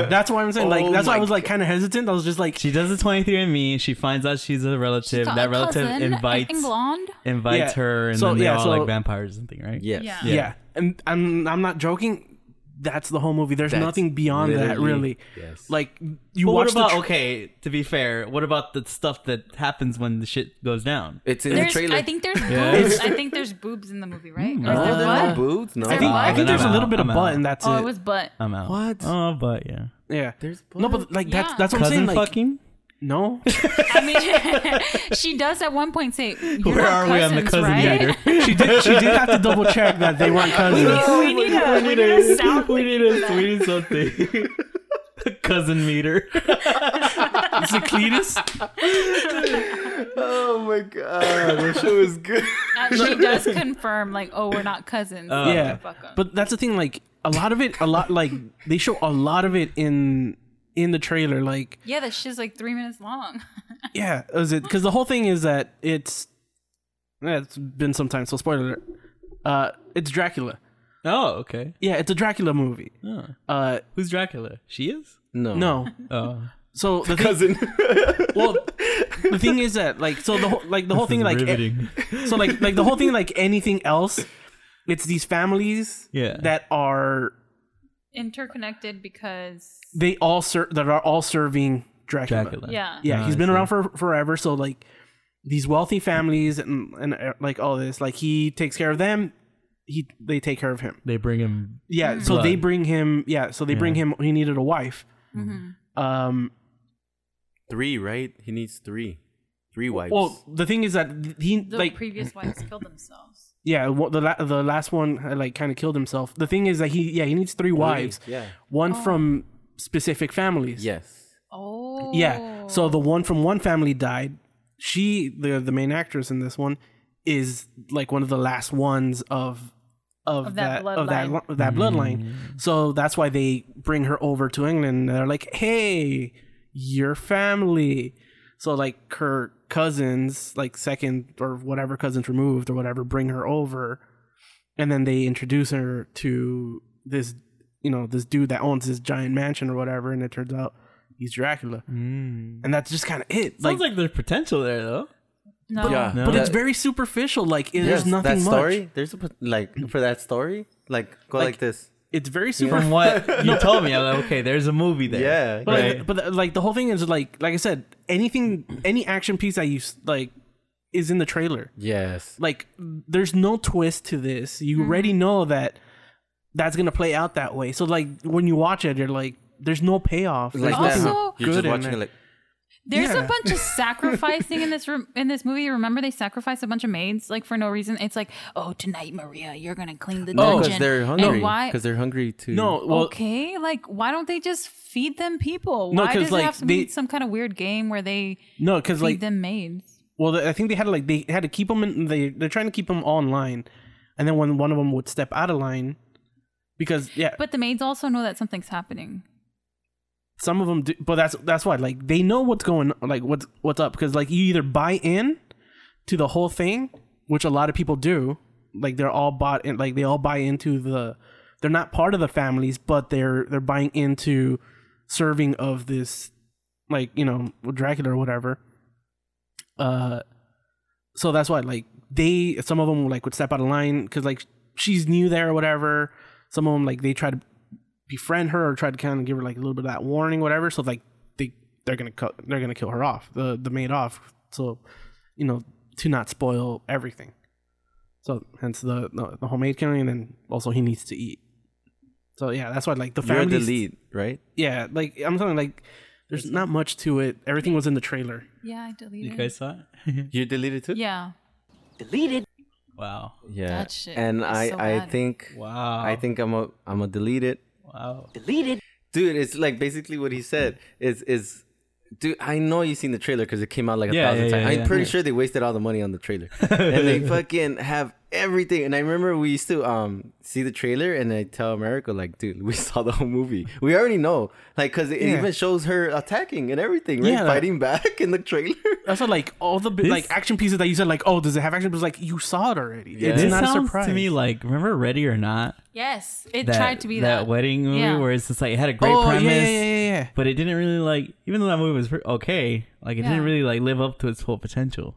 A: That's why I'm saying like
C: Oh
A: that's why I
C: my
A: was like kind of hesitant. I was just like
D: She does the 23andMe. She finds out she's a relative. that relative
B: And
D: invites
B: blonde.
D: invites
A: Yeah.
D: her, and
A: So,
D: then they're
A: yeah,
D: all
A: so-
D: like vampires and thing, right?
C: Yes.
B: Yeah.
A: yeah. and I'm I'm not joking. That's the whole movie. There's
C: That's
A: nothing beyond that really.
C: literally- yes.
A: Like you
D: But what
A: watch
D: about
A: the tr-
D: okay? To be fair, what about the stuff that happens when the shit goes down?
C: It's in the
B: There's,
C: trailer.
B: I think there's
D: Yeah.
B: boobs. I think there's boobs in the movie, right? Or is
C: no,
B: there
C: there's
B: butt?
C: no boobs. No.
B: there
A: I think,
B: butt?
A: I think
D: Then
A: there's
D: I'm
A: a little
D: out.
A: bit of
D: I'm
A: butt
D: out.
A: and that's
B: Oh,
A: it.
B: it was butt.
D: I'm out.
C: What?
D: Oh, but yeah.
A: yeah.
C: There's butt.
A: No, but like that's
B: Yeah.
A: that's what I'm
D: Cousin
A: saying. Like
D: fucking.
A: no.
B: I mean, she does at one point say, You're
D: Where are we on the
B: cousins,
D: cousin
B: right?
D: meter?
A: she did she did have to double check that they weren't cousins.
B: We need a- we need a sound
D: We
B: thing
D: need a we need something. cousin meter.
A: It's a Cletus.
C: Oh my god, that show is good.
B: Uh, she does confirm, like, oh, we're not cousins.
A: yeah.
B: fuck 'em.
A: Uh, But that's the thing, like a lot of it a lot like they show a lot of it in in the trailer, like
B: yeah, that shit's like three minutes long.
A: Yeah, is it? Because the whole thing is that it's yeah, it's been some time. So spoiler, alert. uh, it's Dracula.
D: Oh, okay.
A: Yeah, it's a Dracula movie.
D: Oh.
A: Uh,
D: Who's Dracula? She is.
C: No.
A: no.
D: Oh,
A: So the thing,
C: Cousin.
A: well, the thing is that like so the whole like the whole thing like e-
D: riveting.
A: so like like the whole thing like anything else, it's these families
D: Yeah.
A: that are
B: Interconnected because,
A: they all ser- that are all serving Dracula.
D: Dracula.
B: yeah.
A: Yeah,
D: Oh,
A: he's
D: I
A: been
D: see.
A: around for forever. So like these wealthy families and and uh, like all this, like he takes care of them. He they take care of him.
D: They bring him.
A: Yeah, so they
D: Mm. Blood.
A: bring him. Yeah, so they bring
D: Yeah.
A: him. He needed a wife. Um.
C: three, right? He needs three. Three wives.
A: Well, the thing is that he
B: The
A: like
B: previous wives killed themselves.
A: yeah well, the la- the last one uh, like kind of killed himself. The thing is that he yeah he needs three wives.
C: yeah.
A: One from specific families.
C: Yes.
B: Oh.
A: Yeah. So the one from one family died. She the the main actress in this one is like one of the last ones of of,
B: Of that
A: that, of that
B: bloodline.
A: lo- of that bloodline. So that's why they bring her over to England. And they're like, "Hey, your family." So like her cousins, like second or whatever cousins removed or whatever, bring her over, and then they introduce her to this, you know, this dude that owns this giant mansion or whatever. And it turns out he's Dracula, and that's just kind of it.
D: Mm. Sounds like there's potential there though.
B: no.
C: Yeah.
A: but
C: that-
A: it's very superficial. Like it,
C: yes,
A: there's nothing
C: that
A: much.
C: story. There's a, pot- like for that story, like go like,
A: Like-
C: this.
A: It's very super.
D: From what you told me, I'm like, okay, there's a movie there.
C: Yeah.
A: But,
C: yeah.
A: like, but like the whole thing is like like I said, anything, any action piece that you s- like is in the trailer.
C: yes.
A: Like there's no twist to this. You
D: Mm-hmm.
A: already know that that's gonna play out that way. So like when you watch it, you're like, there's no payoff. There's
C: Like
A: nothing
C: that.
B: also-
C: You're
A: good
C: just
A: in
C: watching
A: it.
C: it like
B: There's a
A: Yeah.
B: bunch of sacrificing in this room in this movie. Remember, they sacrificed a bunch of maids like for no reason. It's like, oh, tonight, Maria, you're gonna clean the
C: no,
A: Oh,
B: dungeon.
C: because they're
B: Oh. And
C: hungry.
B: why?
C: Because they're hungry too.
A: no, well,
B: okay, like why don't they just feed them people?
A: No,
B: Why
A: 'cause,
B: does it
A: like,
B: have to
A: they-
B: be some kind of weird game where they
A: no, because
B: feed
A: like
B: them maids?
A: Well, the- I think they had to, like they had to keep them in. They they're trying to keep them all in line, and then when one of them would step out of line, because yeah,
B: But the maids also know that something's happening.
A: some of them do. But that's that's why like they know what's going like what's what's up because like you either buy in to the whole thing, which a lot of people do. Like they're all bought in. Like they all buy into the. They're not part of the families, but they're they're buying into serving of this, like you know Dracula or whatever. Uh, so that's why like they some of them like would step out of line because like she's new there or whatever. Some of them like they try to befriend her or try to kind of give her like a little bit of that warning, whatever. So like they they're gonna cut they're gonna kill her off the the maid off. So you know to not spoil everything. So hence the the, the homemade killing, and then also he needs to eat. So yeah, that's why like the
C: you're the
A: family.
C: lead, right?
A: Yeah, like I'm telling like there's not much to it. Everything was in the trailer.
B: Yeah, I deleted.
D: You
B: it.
D: guys saw it?
C: You deleted too.
B: Yeah,
D: wow.
C: Yeah.
B: That shit
C: and
B: is
C: I
B: so
C: I
B: bad.
C: think
D: Wow.
C: I think I'm a I'm a delete it.
D: Wow.
C: dude it's like basically what he said is is dude i know you've seen the trailer because it came out like a
D: Yeah,
C: thousand
D: yeah, yeah,
C: times
D: yeah.
C: i'm pretty sure they wasted all the money on the trailer and they fucking have everything. And I remember we used to um see the trailer, and I tell America like, dude, we saw the whole movie. We already know, like, because it
A: Yeah.
C: even shows her attacking and everything, right?
A: Yeah.
C: Fighting back in the trailer.
A: Also, like all the bi-
D: This-
A: like action pieces that you said, like, oh, does it have action? It was like you saw it already.
C: Yeah.
A: It's
D: This
A: not a
D: sounds
A: surprise
D: to me like remember Ready or Not?
B: Yes, it
D: That,
B: tried to be that.
D: wedding movie
B: Yeah.
D: where it's just like it had a great
A: oh, yeah,
D: premise,
A: Yeah, yeah, yeah, yeah.
D: but it didn't really like. Even though that movie was pre- okay, like it
B: Yeah.
D: didn't really like live up to its full potential.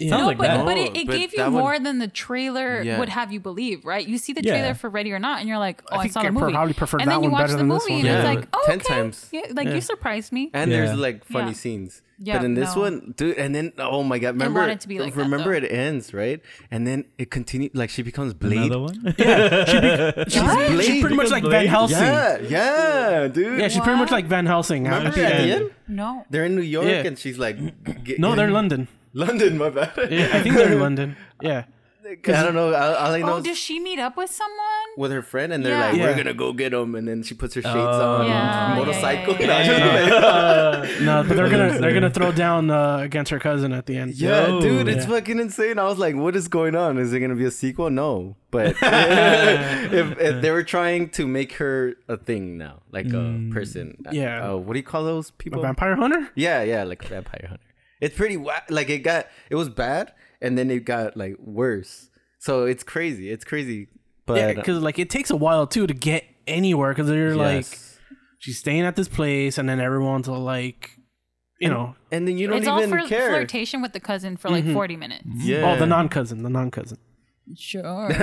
A: Yeah.
D: Sounds
B: No,
D: like
B: but,
D: that.
B: but
C: No,
B: it, it
C: but
B: gave you
C: that one-
B: more than the trailer
C: Yeah.
B: would have you believe, right? You see the
D: Yeah.
B: trailer for Ready or Not, and you're like, "Oh, I,
A: think
B: saw
A: I
B: the movie."
A: probably preferred
B: and
A: that
B: then you
A: one
B: watch
A: better
B: the
A: than this
B: movie,
A: one.
B: and it's
C: Yeah.
B: like, "Oh,
C: Ten
B: okay.
C: times.
B: Yeah, like you surprised me."
C: And
D: Yeah.
C: there's like funny
B: Yeah.
C: scenes.
B: Yeah,
C: but in this
B: no.
C: one, dude, and then oh my god, remember
B: wanted to be like that,
C: remember
B: though.
C: it ends, right? And then it continues like she becomes Blade.
D: Another one.
A: She's,
C: Blade.
A: she's pretty much like Van
D: Blade.
A: Helsing. Yeah,
C: Yeah, yeah, dude.
A: she's pretty much
B: What?
A: like Van Helsing. at
C: Remember
A: the
C: at
A: end.
C: the end?
B: No,
C: They're in New York
A: Yeah.
C: and she's like g-
A: No, they're in
C: getting-
A: London.
C: London, my bad.
A: I think they're in London. Yeah.
C: I don't know. All, all I know
B: oh,
C: is
B: does she meet up with someone?
C: with her friend, and they're
B: Yeah.
C: like, "We're
A: Yeah.
C: gonna go get him," and then she puts her shades
D: Oh.
C: on,
B: Yeah,
C: motorcycle.
B: yeah, yeah,
A: No, but they're gonna they're gonna throw down uh, against her cousin at the end.
C: Yeah,
D: Yo.
C: dude, it's
A: Yeah.
C: fucking insane. I was like, "What is going on? Is there gonna be a sequel?" No, but if, if they were trying to make her a thing now, like a person,
A: Mm. Yeah.
C: uh, what do you call those
A: A
C: people?
A: vampire hunter?
C: Yeah, yeah, like a vampire hunter. It's pretty wa- like it got it was bad and then it got like worse. So it's crazy. It's crazy. But
A: Yeah, because like it takes a while too to get anywhere because they're like
C: uh, yes.
A: she's staying at this place and then everyone's all like, you know,
C: and then you don't
B: It's all
C: even
B: for
C: care. Mm-hmm.
B: flirtation with the cousin for like 40 minutes.
C: Yeah.
A: oh the non cousin, the non cousin.
B: Sure.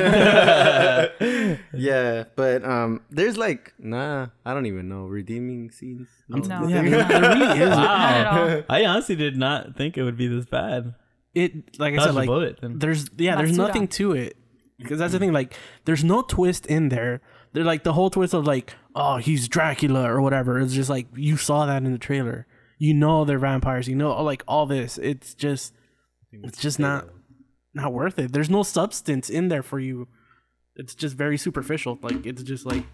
C: yeah, but um there's like nah, I don't even know redeeming scenes.
B: no,
A: Yeah, I mean,
B: not,
A: there really is.
B: not at all.
D: I honestly did not think it would be this bad.
A: It like I
D: Dodge
A: said,
D: the
A: like
D: bullet, then.
A: there's yeah, there's
B: Matsuda.
A: nothing to it because that's the thing. Like there's no twist in there. They're like the whole twist of like oh he's Dracula or whatever. It's just like you saw that in the trailer. You know they're vampires. You know like all this. It's just it's just not not worth it. There's no substance in there for you. It's just very superficial. Like it's just like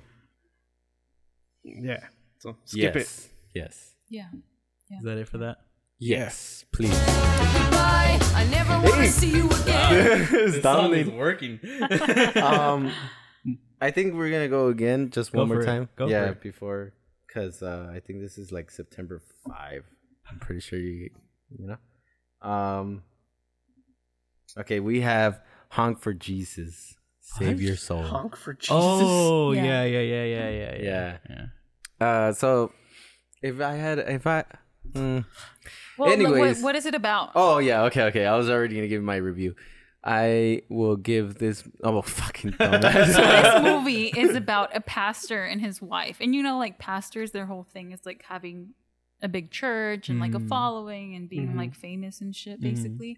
A: yeah. So skip it.
C: yes. Yes.
B: Yeah.
D: Is that it for that?
C: Yes, please.
F: Goodbye. I never want
C: Hey.
F: to see you again.
C: Dominating.
D: working.
C: um, I think we're gonna go again just
D: Go
C: one more
D: for it.
C: time.
D: Go
C: yeah,
D: for it.
C: before because uh, I think this is like September five. I'm pretty sure you you know. Um. Okay, we have honk for Jesus, save your soul.
A: Honk for Jesus.
D: oh
B: Yeah.
D: yeah. yeah, yeah, yeah, yeah, yeah,
C: Yeah.
D: yeah.
C: Uh, so if I had if I. mm.
B: Well, look, what,
C: Anyways.
B: what is it about?
C: Oh yeah, okay, okay. I was already gonna give my review. I will give this. Oh fucking dumbass.
B: this movie is about a pastor and his wife. And you know, like pastors, their whole thing is like having a big church and
D: Mm.
B: like a following and
D: Mm-hmm.
B: being like famous and shit, basically.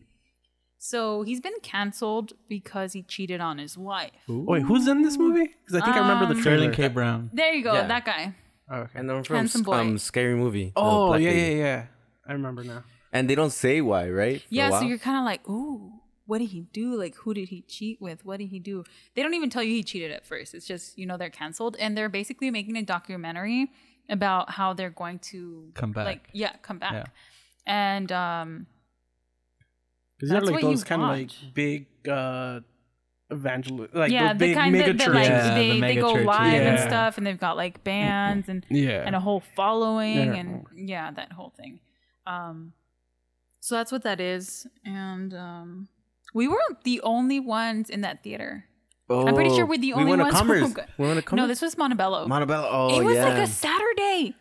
B: So he's been canceled because he cheated on his wife.
A: Wait, who's in this movie? Because I think I remember the trailer.
D: Sterling K. Brown.
B: There you go,
C: Yeah.
B: that guy.
D: Oh,
C: and I'm from
B: Handsome boy.
C: um scary movie. the
A: Oh
C: black
A: yeah,
C: lady.
A: yeah, yeah. I remember now.
C: And they don't say why, right? For a
B: Yeah, so
C: while?
B: you're kind of like, ooh, what did he do? Like, who did he cheat with? What did he do? They don't even tell you he cheated at first. It's just, you know, they're canceled. And they're basically making a documentary about how they're going to
D: Come back.
B: Like, yeah, come back.
D: Yeah.
B: And um,
A: Because they're
B: That's
A: like
B: what you
A: those kind of like
B: watch.
A: big uh evangelist like the
B: yeah, the
A: big
B: kind
A: mega
B: that, that like
A: churches.
D: Yeah,
B: they,
D: the
B: they
D: mega
B: go
D: churches.
B: live and
A: Yeah.
B: stuff, and they've got like bands and
A: yeah.
B: and a whole following
A: Yeah.
B: and yeah, that whole thing. Um, so that's what that is. And um, we weren't the only ones in that theater. I'm pretty sure
C: Oh,
B: we're the only
C: went to
B: ones. who
C: Commerce.
B: got-
C: We went to
B: No,
C: Commerce.
B: this was Montebello.
C: Montebello. Oh,
B: it was
C: yeah.
B: like a Saturday.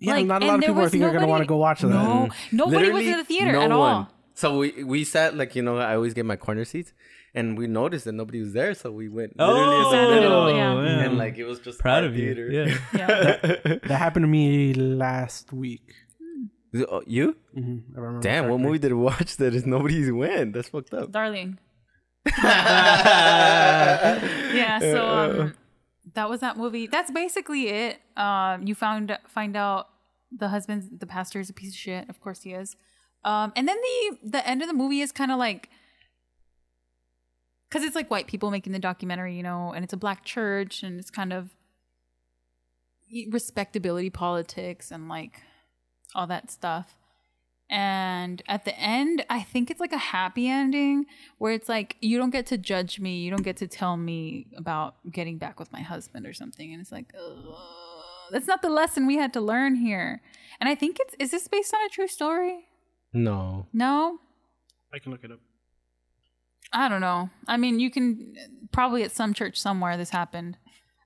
A: yeah,
B: like,
A: not a
B: and
A: lot of
B: there
A: people I
B: was
A: think are gonna want to
B: nobody-
A: go watch that.
B: No, nobody was
C: Mm. Literally
B: in the theater
C: no
B: at all.
C: one. So we we sat like you know I always get my corner seats, and we noticed that nobody was there, so we went literally
D: Oh,
C: as a middle,
B: yeah.
D: yeah.
C: and like it was just
D: proud
C: our
D: of you.
C: theater.
D: Yeah.
B: Yeah.
A: That happened to me last week. Mm-hmm.
C: you. Oh, you?
A: I remember
C: Damn, what movie did we watch that is nobody's went? That's fucked up.
B: Darling.
C: Uh,
B: yeah, so um, that was that movie. That's basically it. Um, you found find out the husband's the pastor is a piece of shit. Of course he is. Um, and then the the end of the movie is kind of like because it's like white people making the documentary, you know, and it's a black church, and it's kind of respectability politics and like all that stuff. And at the end, I think it's like a happy ending where it's like, you don't get to judge me. You don't get to tell me about getting back with my husband or something. And it's like, ugh, that's not the lesson we had to learn here. And I think it's, is this based on a true story?
C: No.
B: No?
A: I can look it up.
B: I don't know. I mean, you can probably at some church somewhere this happened.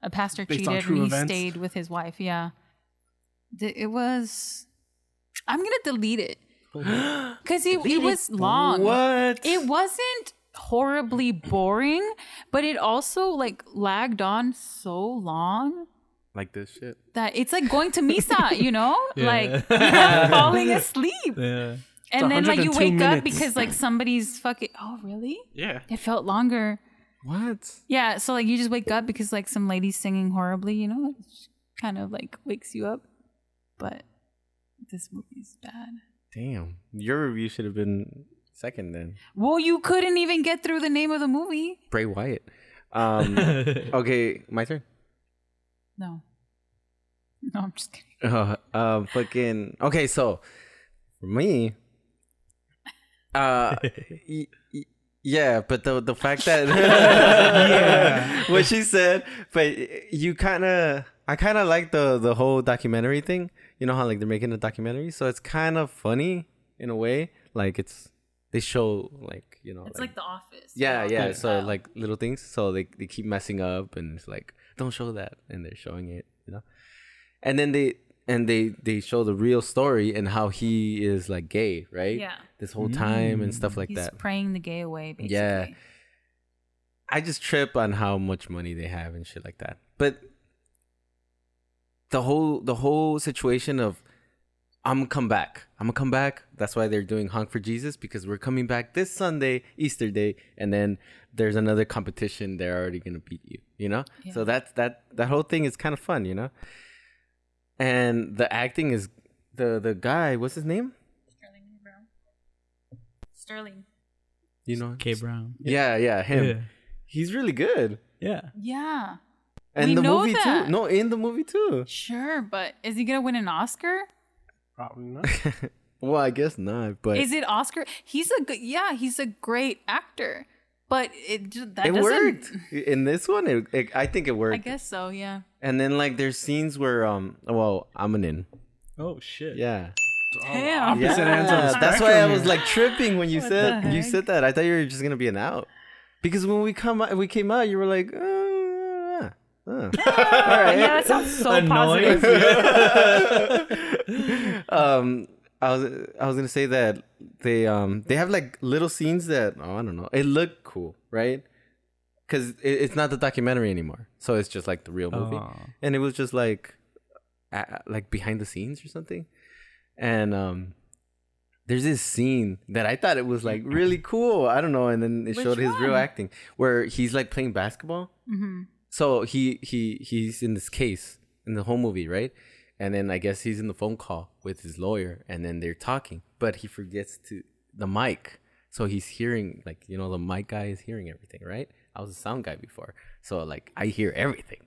B: A pastor
A: Based on
B: cheated
A: true
B: and he
A: events?
B: stayed with his wife. Yeah. D- It was. I'm going to delete it. Because it, it was long.
C: What?
B: It wasn't horribly boring, but it also like lagged on so long
C: like this shit.
B: that it's like going to misa, you know? Like you're falling asleep.
D: Yeah.
B: And then like you
A: 102
B: wake
A: minutes.
B: up because like somebody's fucking oh really?
A: Yeah.
B: It felt longer.
C: What?
B: Yeah, so like you just wake up because like some lady's singing horribly, you know, it just kind of like wakes you up. But this movie's bad.
C: Damn. Your review should have been second then.
B: Well, you couldn't even get through the name of the movie.
C: Bray Wyatt. Um, okay, my turn.
B: No. No, I'm just kidding.
C: Uh, uh, fucking. Okay, so for me, uh, y- y- yeah, but the the fact that what she said, but you kind of, I kind of like the the whole documentary thing. You know how like they're making a documentary, so it's kind of funny in a way. Like it's they show like you know
B: It's like The Office.
C: yeah, yeah.
B: Office
C: So
B: style.
C: like little things. So they they keep messing up, and it's like don't show that, and they're showing it, you know. And then they and they they show the real story and how he is like gay, right?
B: Yeah.
C: This whole time and stuff like
B: he's
C: that.
B: praying the gay away basically.
C: Yeah. I just trip on how much money they have and shit like that. But the whole the whole situation of I'm gonna come back. I'm gonna come back. That's why they're doing Honk for Jesus because we're coming back this Sunday, Easter Day, and then there's another competition. They're already gonna beat you, you know. So that's that that whole thing is kind of fun, you know. And the acting is the the guy. What's his name?
B: Sterling Brown. Sterling.
C: You know?
D: K Brown.
C: Yeah, yeah, him.
D: Yeah.
C: He's really good.
D: Yeah.
B: Yeah.
C: And
B: We
C: the
B: know
C: movie
B: that.
C: too. No, in the movie too.
B: Sure, but is he gonna win an Oscar?
A: Probably not.
C: Well, I guess not, but
B: Is it Oscar? He's a good, yeah, he's a great actor, but it ju- that
C: it
B: doesn't,
C: worked in this one. It, it- I think it
B: I
C: worked.
B: guess so, yeah.
C: And then like there's scenes where um, well, I'm an in.
D: Oh shit.
C: Yeah,
B: Damn.
A: Yeah. Opposite ends of the
C: that's why I
A: spectrum
C: was
A: here.
C: like tripping when you
B: What
C: said
B: the
C: you
B: heck?
C: said that. I thought you were just gonna be an out, because when we come out, we came out, you were like, uh, uh. all right.
B: Yeah, that sounds so
D: Annoying.
B: positive.
C: um I was I was gonna say that they um they have like little scenes that oh, I don't know it looked cool right because it, it's not the documentary anymore so it's just like the real movie
D: Aw.
C: and it was just like uh, like behind the scenes or something and um there's this scene that I thought it was like really cool I don't know and then it
B: Which
C: showed his real
B: one? Mm-hmm.
C: acting where he's like playing basketball so he he he's in this case in the whole movie right and then i guess he's in the phone call with his lawyer and then they're talking but he forgets to the mic so he's hearing like you know the mic guy is hearing everything right i was a sound guy before so like i hear everything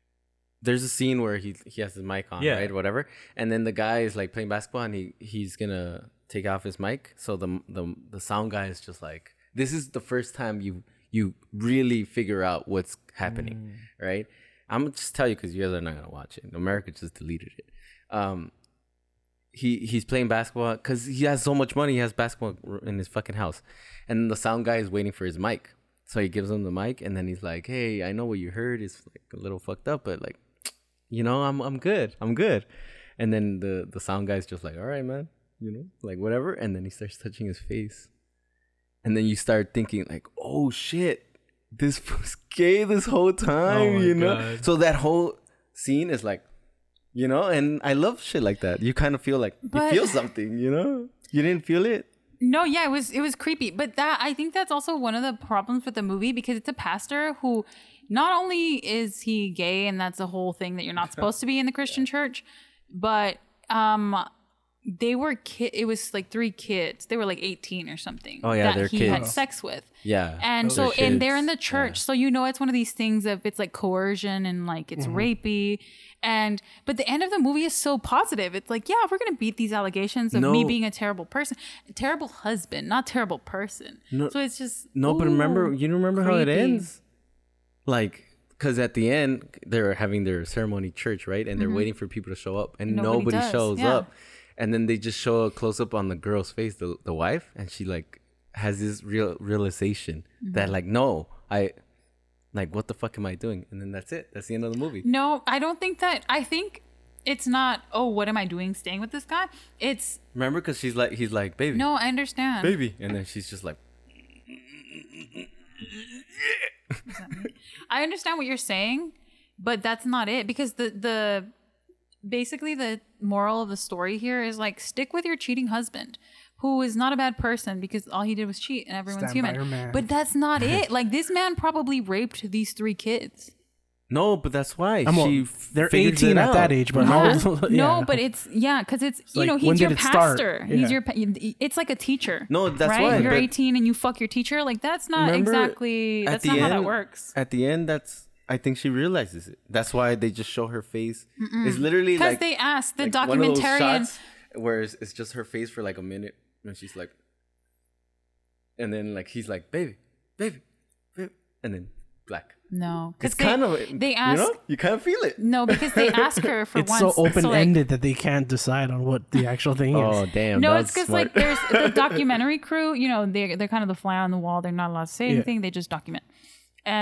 C: there's a scene where he he has his mic on
D: Yeah.
C: right whatever and then the guy is like playing basketball and he he's gonna take off his mic so the the, the sound guy is just like this is the first time you you really figure out what's happening right i'm gonna just tell you because you guys are not gonna watch it america just deleted it um he he's playing basketball because he has so much money. He has basketball r- in his fucking house, and the sound guy is waiting for his mic. So he gives him the mic, and then he's like, "Hey, I know what you heard is like a little fucked up, but like, you know, I'm I'm good, I'm good." And then the the sound guy's just like, "All right, man, you know, like whatever." And then he starts touching his face, and then you start thinking like, "Oh shit, this was gay this whole time,"
D: Oh my
C: you know.
D: God.
C: So that whole scene is like you know and i love shit like that you kind of feel like you
B: But-
C: feel something you know you didn't feel it
B: No, yeah, it was it was creepy. But that I think that's also one of the problems with the movie because it's a pastor who not only is he gay and that's a whole thing that you're not supposed to be in the Christian church, but um they were kid. It was like three kids. They were like eighteen or something.
C: Oh, yeah,
B: that
C: they're
B: he had
C: kids.
B: sex with.
C: Yeah.
B: And
C: Those
B: so,
C: are
B: and they're in the
C: kids.
B: church, so you know it's one of these things of it's like coercion and like it's
C: Mm-hmm.
B: rapey. And but the end of the movie is so positive. It's like, yeah, we're gonna beat these allegations of me
C: No.
B: being a terrible person, terrible husband, not terrible person. so it's just
C: No, but remember,
B: ooh,
C: you remember how it
B: creepy.
C: ends? Like, because at the end, they're having their ceremony church, right? And they're waiting for people to show up, and
B: Mm-hmm. Nobody
C: nobody,
B: does,
C: shows
B: yeah.
C: up. And then they just show a close up on the girl's face, the, the wife, and she, like, has this real realization that,
B: Mm-hmm.
C: like, no, I, like, what the fuck am I doing? And then that's it. That's the end of the movie.
B: No, I don't think that. I think it's not. Oh, what am I doing, staying with this guy? It's
C: Remember? Because she's like, he's like, baby,
B: no, I understand.
C: baby. And then she's just like,
B: I understand what you're saying, but that's not it because the the basically the moral of the story here is like stick with your cheating husband who is not a bad person because all he did was cheat and everyone's
A: Stand by
B: human.
A: your man.
B: But that's not it. Like this man probably raped these three kids.
C: no, but that's why.
A: I'm
C: she
A: a, they're
C: figures it
A: 18 at that
C: out.
A: age, but how old- Oh, yeah.
B: No, but it's yeah, because it's, you
A: like,
B: know
A: when
B: he's your
A: did it start?
B: pastor. He's
A: Yeah.
B: your pa- it's like a teacher.
C: No, that's
B: right.
C: why,
B: You're
C: but-
B: 18 and you fuck your teacher. Like that's not
C: Remember
B: Uh, exactly
C: at
B: that's
C: the
B: not how that
C: end-
B: works.
C: At the end, that's I think she realizes it. That's why they just show her face. It's literally
B: Because
C: like
B: they asked the
C: like one of those
B: documentarian.
C: shots where it's, it's just her face for like a minute, and she's like, and then like he's like, baby, baby, baby, and then black.
B: No,
C: It's
B: because they,
C: kind of
B: they ask
C: you know you kind of feel it.
B: no because they ask her for
A: it's
B: once.
A: so
B: like-
A: open ended that they can't decide on what the actual thing is.
D: Oh,
C: damn!
B: no, it's because like there's the documentary crew. You know, they they're kind of the fly on the wall. They're not allowed to say anything. They just document.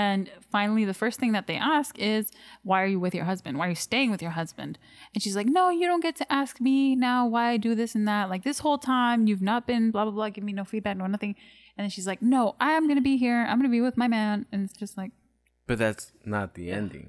B: And finally, the first thing that they ask is, "Why are you with your husband? Why are you staying with your husband?" And she's like, "No, you don't get to ask me now why I do this and that. Like this whole time, you've not been blah blah blah. Give me no feedback, no nothing." And then she's like, "No, I'm gonna be here. I'm gonna be with my man." And it's just like,
C: but that's not the ending.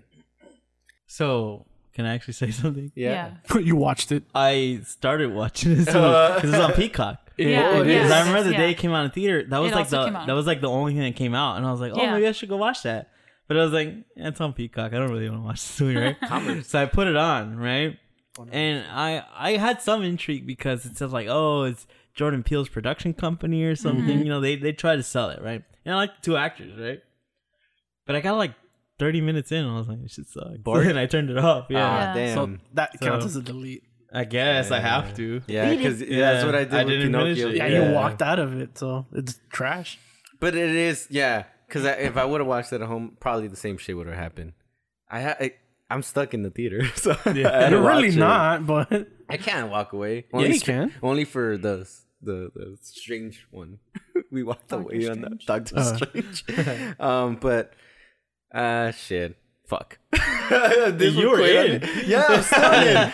D: So, can I actually say something?
B: yeah,
A: you watched it.
D: I started watching this
C: Uh.
D: one. This is on Peacock.
B: Yeah,
D: It is.
B: yeah.
D: I remember the
B: Yeah.
D: day it came out in theater. That was
B: It
D: like
B: also
D: the
B: came out.
D: that was like the only thing that came out, and I was like, oh,
B: Yeah.
D: maybe I should go watch that. But I was like, yeah, it's on Peacock. I don't really want to watch this movie, right? so I put it on, right?
C: Oh,
D: And I I had some intrigue because it says like, oh, it's Jordan Peele's production company or something.
B: Mm-hmm.
D: You know, they they try to sell it, right? And I like the two actors, right? But I got like 30 minutes in, and I was like, this shit sucks.
C: Bored?
D: and I turned it off. Yeah.
C: Ah, damn.
A: So that counts
D: So-
A: as a delete.
D: I guess I have to.
C: Oh. yeah, because that's
D: Yeah,
C: what I did
D: I
C: with
D: didn't finish
C: Pinocchio.
D: it.
A: Yeah,
D: Yeah.
A: you walked out of it, so it's trash.
C: But it is, yeah. Because if I would have watched it at home, probably the same shit would have happened. I, ha- I I'm stuck in the theater, so yeah,
A: You're really not, but
C: I can't walk away.
A: you
C: str-
A: can.
C: Only for the the, the strange one. we walked away on that Doctor Strange. um, but uh, shit. Fuck. This
D: You
C: was
D: were
C: quick.
D: in.
C: Yeah, I'm still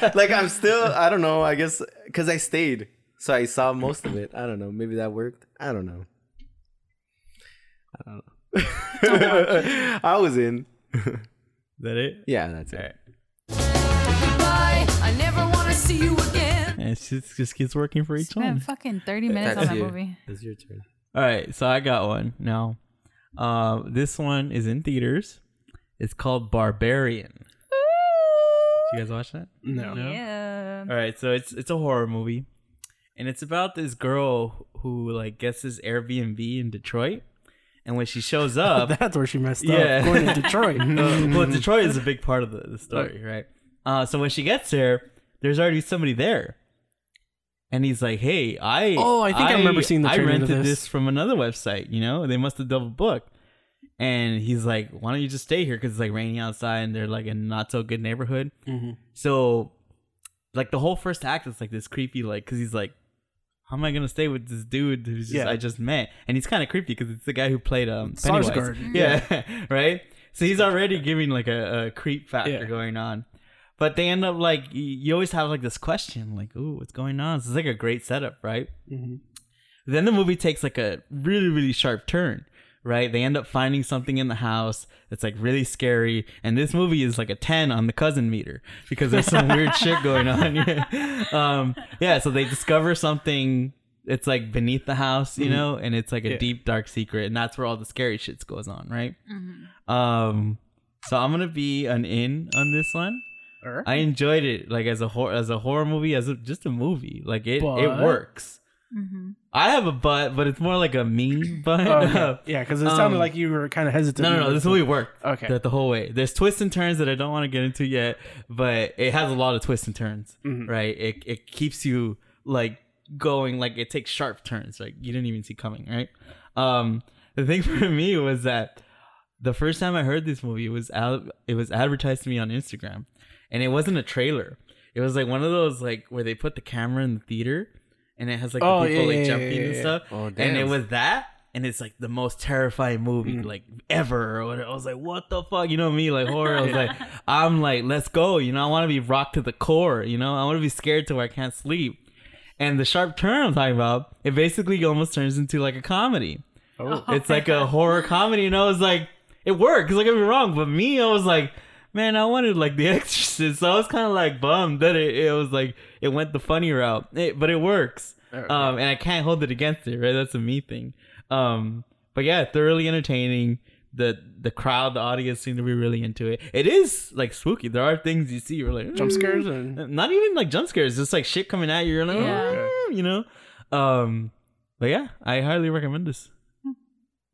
C: in. Like I'm still. I don't know. I guess because I stayed, so I saw most of it. I don't know. Maybe that worked. I don't know. I don't know. I was in.
D: Is that it?
C: Yeah, that's
D: All
C: it.
D: right.
F: Goodbye. I never wanna see you again.
D: And it just, just keeps working for each
B: spent
D: one.
B: fucking 30 minutes on
C: That's
B: that
C: you.
B: movie.
C: It's your turn.
D: All right, so I got one now. Uh, this one is in theaters. It's called Barbarian. Did you guys watch that?
A: no.
B: Yeah.
D: All right, so it's it's a horror movie, and it's about this girl who like gets this Airbnb in Detroit, and when she shows up,
A: That's where she messed
D: Yeah.
A: up. Going to Detroit.
D: Uh,
A: Mm-hmm.
D: well, Detroit is a big part of the, the story, right? Uh, so when she gets there, there's already somebody there, and he's like, "Hey, I
A: Oh, I think I remember seeing the
D: I
A: trailer to
D: rented
A: this.
D: from another website. You know, they must have double booked." And he's like, "Why don't you just stay here? Because it's like raining outside, and they're like in a not so good neighborhood."
A: Mm-hmm.
D: So, like the whole first act is like this creepy, like because he's like. How am I gonna stay with this dude who's just,
A: Yeah.
D: I just met? And he's kind of creepy because it's the guy who played um, Pennywise.
A: Sarsgaard.
D: Yeah, right. So he's already giving like a, a creep factor
A: Yeah.
D: going on, but they end up like y- you always have like this question like, "Ooh, what's going on?" So it's like a great setup, right? Then the movie takes like a really really sharp turn, right? They end up finding something in the house that's like really scary, and this movie is like a ten on the cousin meter because there's some weird shit going on. um, yeah, so they discover something. It's like beneath the house, you know, and it's like a deep dark secret, and that's where all the scary shits goes on, right? Um, so I'm gonna be an in on this one.
A: Or-
D: I enjoyed it like as a horror as a horror movie as a, just a movie. Like it
A: But-
D: it works. I have a butt, but it's more like a mean butt.
A: Oh, okay. yeah, because it sounded
D: Um,
A: like you were kind of hesitant.
D: No, no, no. This movie worked.
A: Okay.
D: The, the whole way. There's twists and turns that I don't want to get into yet, but it has a lot of twists and turns,
A: Mm-hmm.
D: right? It it keeps you like going, like it takes sharp turns, like you didn't even see coming, right? Um, the thing for me was that the first time I heard this movie it was ad- it was advertised to me on Instagram, and it wasn't a trailer. It was like one of those like where they put the camera in the theater, and it has like
A: Oh,
D: the people
A: yeah,
D: like
A: yeah,
D: jumping
A: yeah,
D: and
A: yeah.
D: stuff.
C: Oh,
D: and it
C: damn.
D: was that, and it's like the most terrifying movie
A: Mm.
D: like ever. Or whatever. I was like, what the fuck? You know me, like horror. I was like, I'm like, let's go. You know, I want to be rocked to the core. You know, I want to be scared to where I can't sleep. And the sharp turn I'm talking about, it basically almost turns into like a comedy Oh, it's like a horror comedy, and I was like, it worked. Cause I get me wrong, but me, I was like, man, I wanted like The Exorcist, so I was kind of like bummed that it, it was like it went the funny route, It- but it works. Um, and I can't hold it against it, right? That's a me thing. Um, but yeah, thoroughly entertaining. The the crowd, the audience seemed to be really into it. It is like spooky. There are things you see, you're like
A: jump
D: "Mm."
A: scares and
D: not even like jump scares, just like shit coming at you. You're like,
B: Yeah.
D: "Mm," you know. Um, but yeah, I highly recommend this.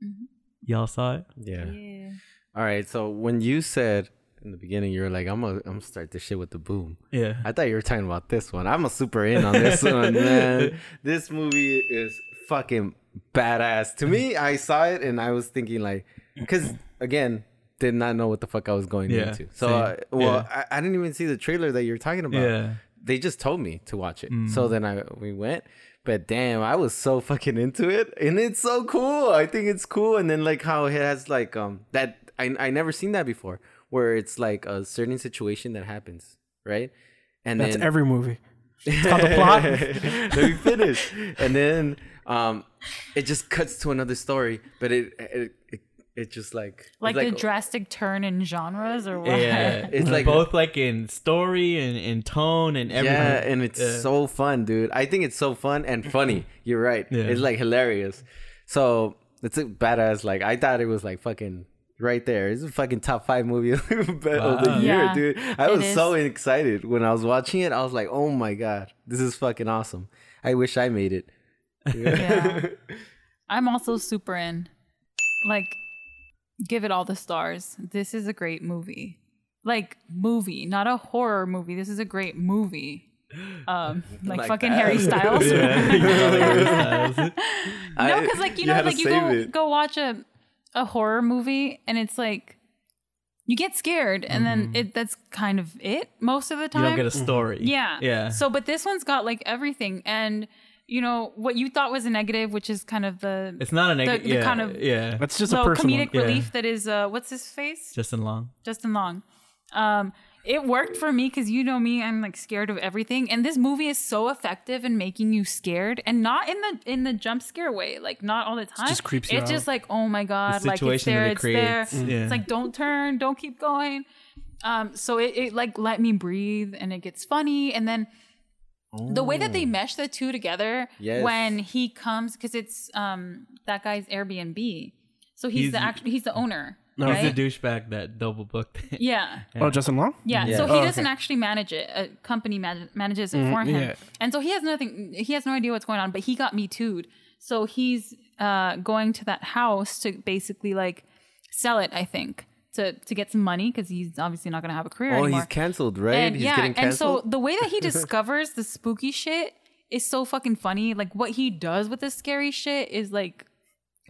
B: Mm-hmm.
D: Y'all saw it?
C: Yeah.
B: Yeah.
C: All right. So when you said in the beginning, you were like, "I'm gonna, I'm gonna start this shit with the boom."
D: Yeah.
C: I thought you were talking about this one. I'm a super in on this one, man. This movie is fucking badass. To me, I saw it and I was thinking like, because again, did not know what the fuck I was going
D: Yeah,
C: into. So,
D: same.
C: uh, well,
D: Yeah.
C: I, I didn't even see the trailer that you're talking about.
D: Yeah. Mm.
C: They just told me to watch it. So then I we went. But damn, I was so fucking into it, and it's so cool. I think it's cool, and then like how it has like um that I I never seen that before, where it's like a certain situation that happens, right? And
A: that's
C: then,
A: every movie. It's called the plot.
C: Let me finish. And then um, it just cuts to another story, but it it it, it just like
B: Like,
C: it's
B: the drastic turn in genres or what?
D: Yeah.
C: It's
D: it's
C: like-
D: like both like in story and in tone and everything.
C: yeah, and it's
D: Yeah.
C: so fun, dude. I think it's so fun and funny. You're right.
D: Yeah.
C: It's like hilarious. So it's a badass. Like I thought it was like fucking right there. It's a fucking top five movie of the
D: Wow.
C: year,
B: Yeah,
C: dude. I
B: it
C: was so
B: is.
C: excited when I was watching it. I was like, oh my god, this is fucking awesome. I wish I made it.
B: Yeah. I'm also super in. Like, give it all the stars. This is a great movie. Like, movie, not a horror movie. This is a great movie. Um, like,
C: Like
B: fucking
C: that.
B: Harry Styles. No,
C: I-
B: because like you
C: you
B: know,
C: had to
B: like you
C: save
B: go
C: it.
B: go watch a a horror movie, and it's like you get scared, and then it that's kind of it most of the
D: Mm-hmm. You
B: time. Mm-hmm.
D: don't get a story.
B: yeah,
D: Yeah.
B: So, but this one's got like everything, and you know what you thought was a negative, which is kind of the
D: it's not a negative.
B: the
D: yeah,
B: kind of-
D: yeah.
A: That's just a
B: low
A: personal.
B: comedic
D: yeah.
B: relief that is uh, what's his face,
D: Justin Long.
B: Justin Long. Um, it worked for me because you know me, I'm like scared of everything, and this movie is so effective in making you scared, and not in the in the jump scare way, like not all the time.
A: just creeps you
B: It's just
A: out.
B: like oh my god,
D: The
B: like it's
D: situation that
B: there,
D: it
B: it's there.
D: creates, yeah.
B: It's like don't turn, don't keep going. Um, so it, it like let me breathe, and it gets funny, and then the way that
D: Oh.
B: they mesh the two together
C: Yes.
B: when he comes because it's um that guy's Airbnb, so he's,
D: He's-
B: the act he's the owner.
A: No.
B: right?
D: He's a douchebag that double booked. it.
B: yeah.
A: Oh, Justin Long.
B: Yeah,
C: Yeah.
B: so he
A: Oh,
B: doesn't
A: okay.
B: actually manage it. A company man- manages it for him,
A: yeah.
B: and so he has nothing. He has no idea what's going on. But he got me too'd, so he's uh, going to that house to basically like sell it. I think to to get some money because he's obviously not going to have a career
C: Oh,
B: anymore.
C: he's canceled, right?
B: and
C: he's
B: yeah,
C: getting
B: and so
C: canceled.
B: the way that he discovers the spooky shit is so fucking funny. Like what he does with the scary shit is like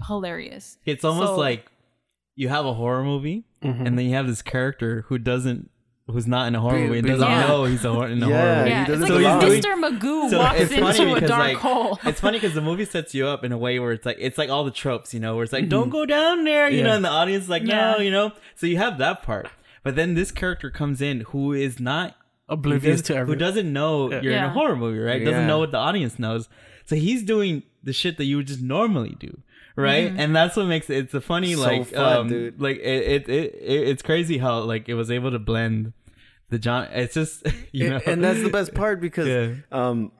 B: hilarious.
D: It's almost
B: So-
D: like you have a horror movie, and then you have this character who doesn't, who's not in a horror
C: Mm-hmm. Be-
D: movie, and
C: be-
D: doesn't
B: Yeah.
D: know he's a horror, in a
C: Yeah.
D: horror movie.
B: Yeah, it's
C: doesn't
B: like
D: belong.
B: if Mr. Magoo walks
D: it's funny
B: into a
D: because,
B: dark
D: like,
B: hole.
D: It's funny because the movie sets you up in a way where it's like it's like all the tropes, you know, where it's
C: Mm-hmm.
D: like don't go down there, you know,
A: Yeah.
D: and the audience is like
B: Yeah.
D: no, you know. So you have that part, but then this character comes in who is not who
A: Oblivious
D: doesn't-
A: to
D: who
A: everything.
D: doesn't know you're in
B: Yeah.
D: a horror movie, right? Doesn't
C: Yeah.
D: know what the audience knows. So he's doing the shit that you would just normally do, right?
B: Mm-hmm.
D: And that's what makes it, it's a funny
C: So
D: like
C: fun,
D: um,
C: dude.
D: like it, it it it it's crazy how like it was able to blend the John. It's just you know,
C: And- and that's the best part because
D: Yeah.
C: um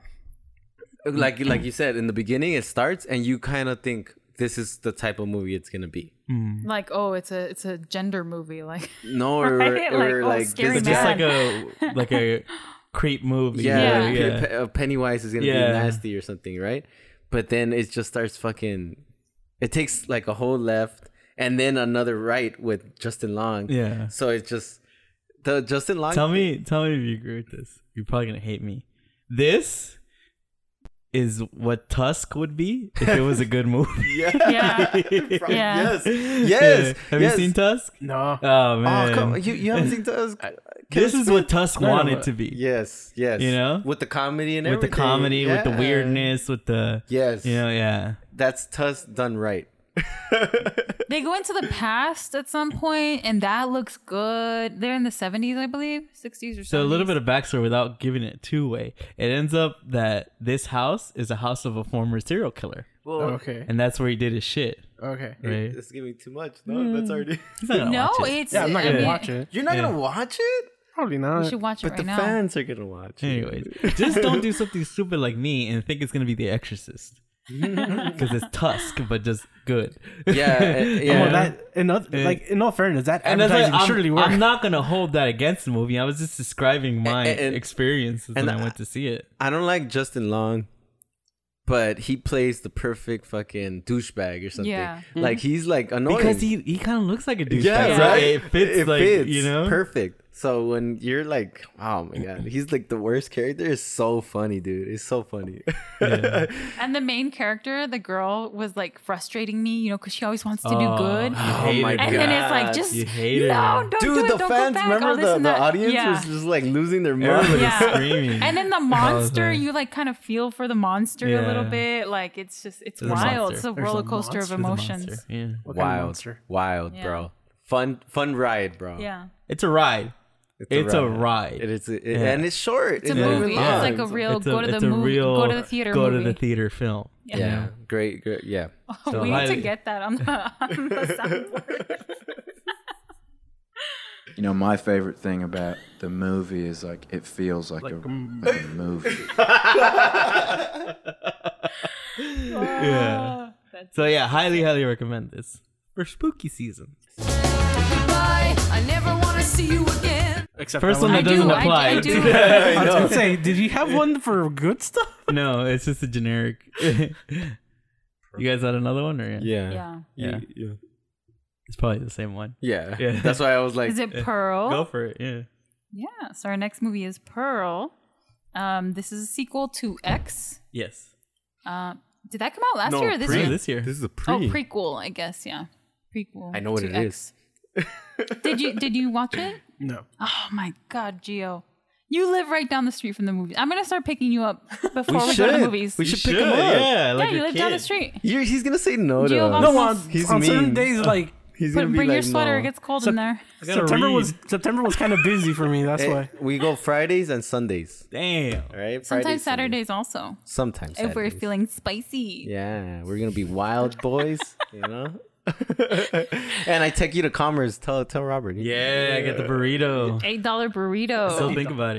C: like like you said in the beginning it starts and you kind of think this is the type of movie it's gonna be.
D: Hmm.
B: Like, oh, it's a it's a gender movie. Like,
C: No, or,
B: Right?
C: or,
B: Like,
C: or
B: oh,
C: like,
B: scary
C: this
D: Just
B: man.
D: like a like a creep movie.
C: yeah,
B: Yeah.
C: Pe- Pe- uh, Pennywise is gonna
D: Yeah.
C: be nasty or something, right? But then it just starts fucking. It takes like a whole left and then another right with Justin Long.
D: Yeah.
C: So it just the Justin Long.
D: Tell me, tell me if you agree with this. You're probably gonna hate me. This is what Tusk would be if it was a good movie.
C: Yeah.
B: yeah, yeah.
C: Yes. Yes.
D: Have
C: yes.
D: you seen Tusk?
A: No.
D: Oh man.
C: Oh, come, you, you haven't seen those?
D: this is what Tusk
A: No, no,
D: wanted
A: but-
D: to be.
C: Yes, yes.
D: You know?
C: with the comedy and
D: With the
C: everything.
D: comedy, with the
C: Yeah.
D: weirdness, with the
C: Yes,
D: you know, yeah.
C: that's Tuss done right.
B: They go into the past at some point, and that looks good. They're in the seventies, I believe, sixties or
D: So a little bit of backstory without giving it too away. It ends up that this house is a house of a former serial killer,
C: Well,
A: Okay.
D: and that's where he did his shit.
A: Okay.
D: Right?
C: it's giving too much. No, that's already.
D: He's not gonna
B: No,
D: watch it.
B: it's
A: Yeah, I'm not gonna
B: I mean,
A: watch it.
C: You're not
D: Hmm. Yeah.
C: gonna watch it,
A: Probably
B: You
A: not.
B: should watch it
C: but
B: right
C: the
B: now.
C: fans are gonna watch. it.
D: Anyways, just don't do something stupid like me and think it's gonna be The Exorcist, because it's Tusk, but just good.
C: Yeah, uh, yeah.
A: Well, that in oth- like in all fairness, that
D: And that's
A: advertising
D: why I'm,
A: surely worked.
D: I'm not gonna hold that against the movie. I was just describing my
C: And- and-
D: experiences
C: and
D: when I
C: I-
D: went to see it.
C: I don't like Justin Long, but he plays the perfect fucking douchebag or something.
B: Yeah.
C: Like he's like annoying
D: Mm-hmm. Because he, he kind of looks like a douchebag.
C: Yeah,
D: so
C: right.
D: It fits, like you know.
C: perfect. So when you're like, oh my god, he's like the worst character. It's so funny, dude. It's so funny.
B: And the main character, the girl, was like frustrating me, you know, because she always wants to do
D: Oh,
B: good.
D: I hate
C: my
D: it.
B: And then it's like
C: God,
B: just
D: you hate her.
B: no, don't do
C: dude,
B: it.
C: the
B: Oh, don't go
C: fans
B: back, all
C: remember
B: this
C: the,
B: and
C: the
B: that.
C: audience
B: yeah.
C: was just like losing their mind.
D: Everybody
B: Yeah.
D: screaming.
B: And then the monster, you like kind of feel for the monster a little
D: Yeah.
B: bit. Like it's just it's
D: There's a
B: wild.
D: monster.
B: It's a
A: There's a
B: roller coaster of
A: monster. There's a
B: emotions.
D: Yeah.
A: What kind of
C: Wild,
A: monster?
C: wild,
B: Yeah.
C: bro. Fun, fun ride, bro.
B: Yeah.
D: It's a ride. It's a ride.
C: It is, it,
D: Yeah.
C: and it's short.
B: It's a
D: Yeah.
B: movie.
D: Yeah.
B: It's like a real
D: It's
B: go
D: a-
B: to the
D: it's a
B: movie
D: real
B: go to the theater
D: Go
B: movie.
D: to the theater film.
C: Yeah. great, great. Yeah,
D: So
B: we need to
D: highly-
B: get that on the, on the soundboard.
G: You know, my favorite thing about the movie is like it feels like, a, like a movie.
D: Yeah. So yeah, highly, highly recommend this for spooky season.
F: Goodbye. I never want to see you again.
A: Except
D: First
A: that
D: one
B: I
D: that
A: one.
B: do,
D: doesn't
B: I do-
D: apply.
B: I do.
A: I was gonna say, did you have one for good stuff?
D: no, it's just a generic. you guys had another one, or
C: yeah,
B: yeah.
D: yeah,
C: yeah.
D: it's probably the same one.
C: Yeah.
D: Yeah.
C: That's why I was like,
B: Is it Pearl?
D: Go for it. Yeah.
B: Yeah. So our next movie is Pearl. Um, this is a sequel to X.
D: Yes.
B: Uh, did that come out last
C: No,
B: year or this
C: pre-
B: year?
D: Oh, this year.
C: this is a pre.
B: Oh, prequel, I guess. Yeah, prequel.
C: I know what
B: to
C: it
B: X. did you Did you watch it?
A: No.
B: Oh my God, Gio, you live right down the street from the movie. I'm gonna start picking you up before we, go to movies.
C: We
D: You
C: should pick him up.
D: Yeah,
B: yeah,
D: like
B: you
D: a
B: live down the
D: kid.
B: street.
C: You're, he's gonna say no to
B: Gio
C: us.
B: Bob's-
A: No, on,
C: He's
A: on certain
C: mean.
A: days, like
C: He's
B: But
C: gonna be
B: bring your
C: like,
B: sweater.
C: no.
B: It gets cold
A: So-
B: in there.
D: I gotta
A: September
D: read.
A: was September was kind of busy for me. That's
C: Eh,
A: why.
C: we go Fridays and Sundays.
D: damn.
C: All right.
B: Sometimes
C: Fridays, Sundays.
B: Saturdays also,
C: Sometimes
B: if we're
C: Saturdays.
B: feeling spicy.
C: Yeah, we're gonna be wild boys, you know. and I take you to Commerce. Tell tell Robert.
D: Yeah, I got the burrito.
B: Eight dollar burrito.
D: Still think about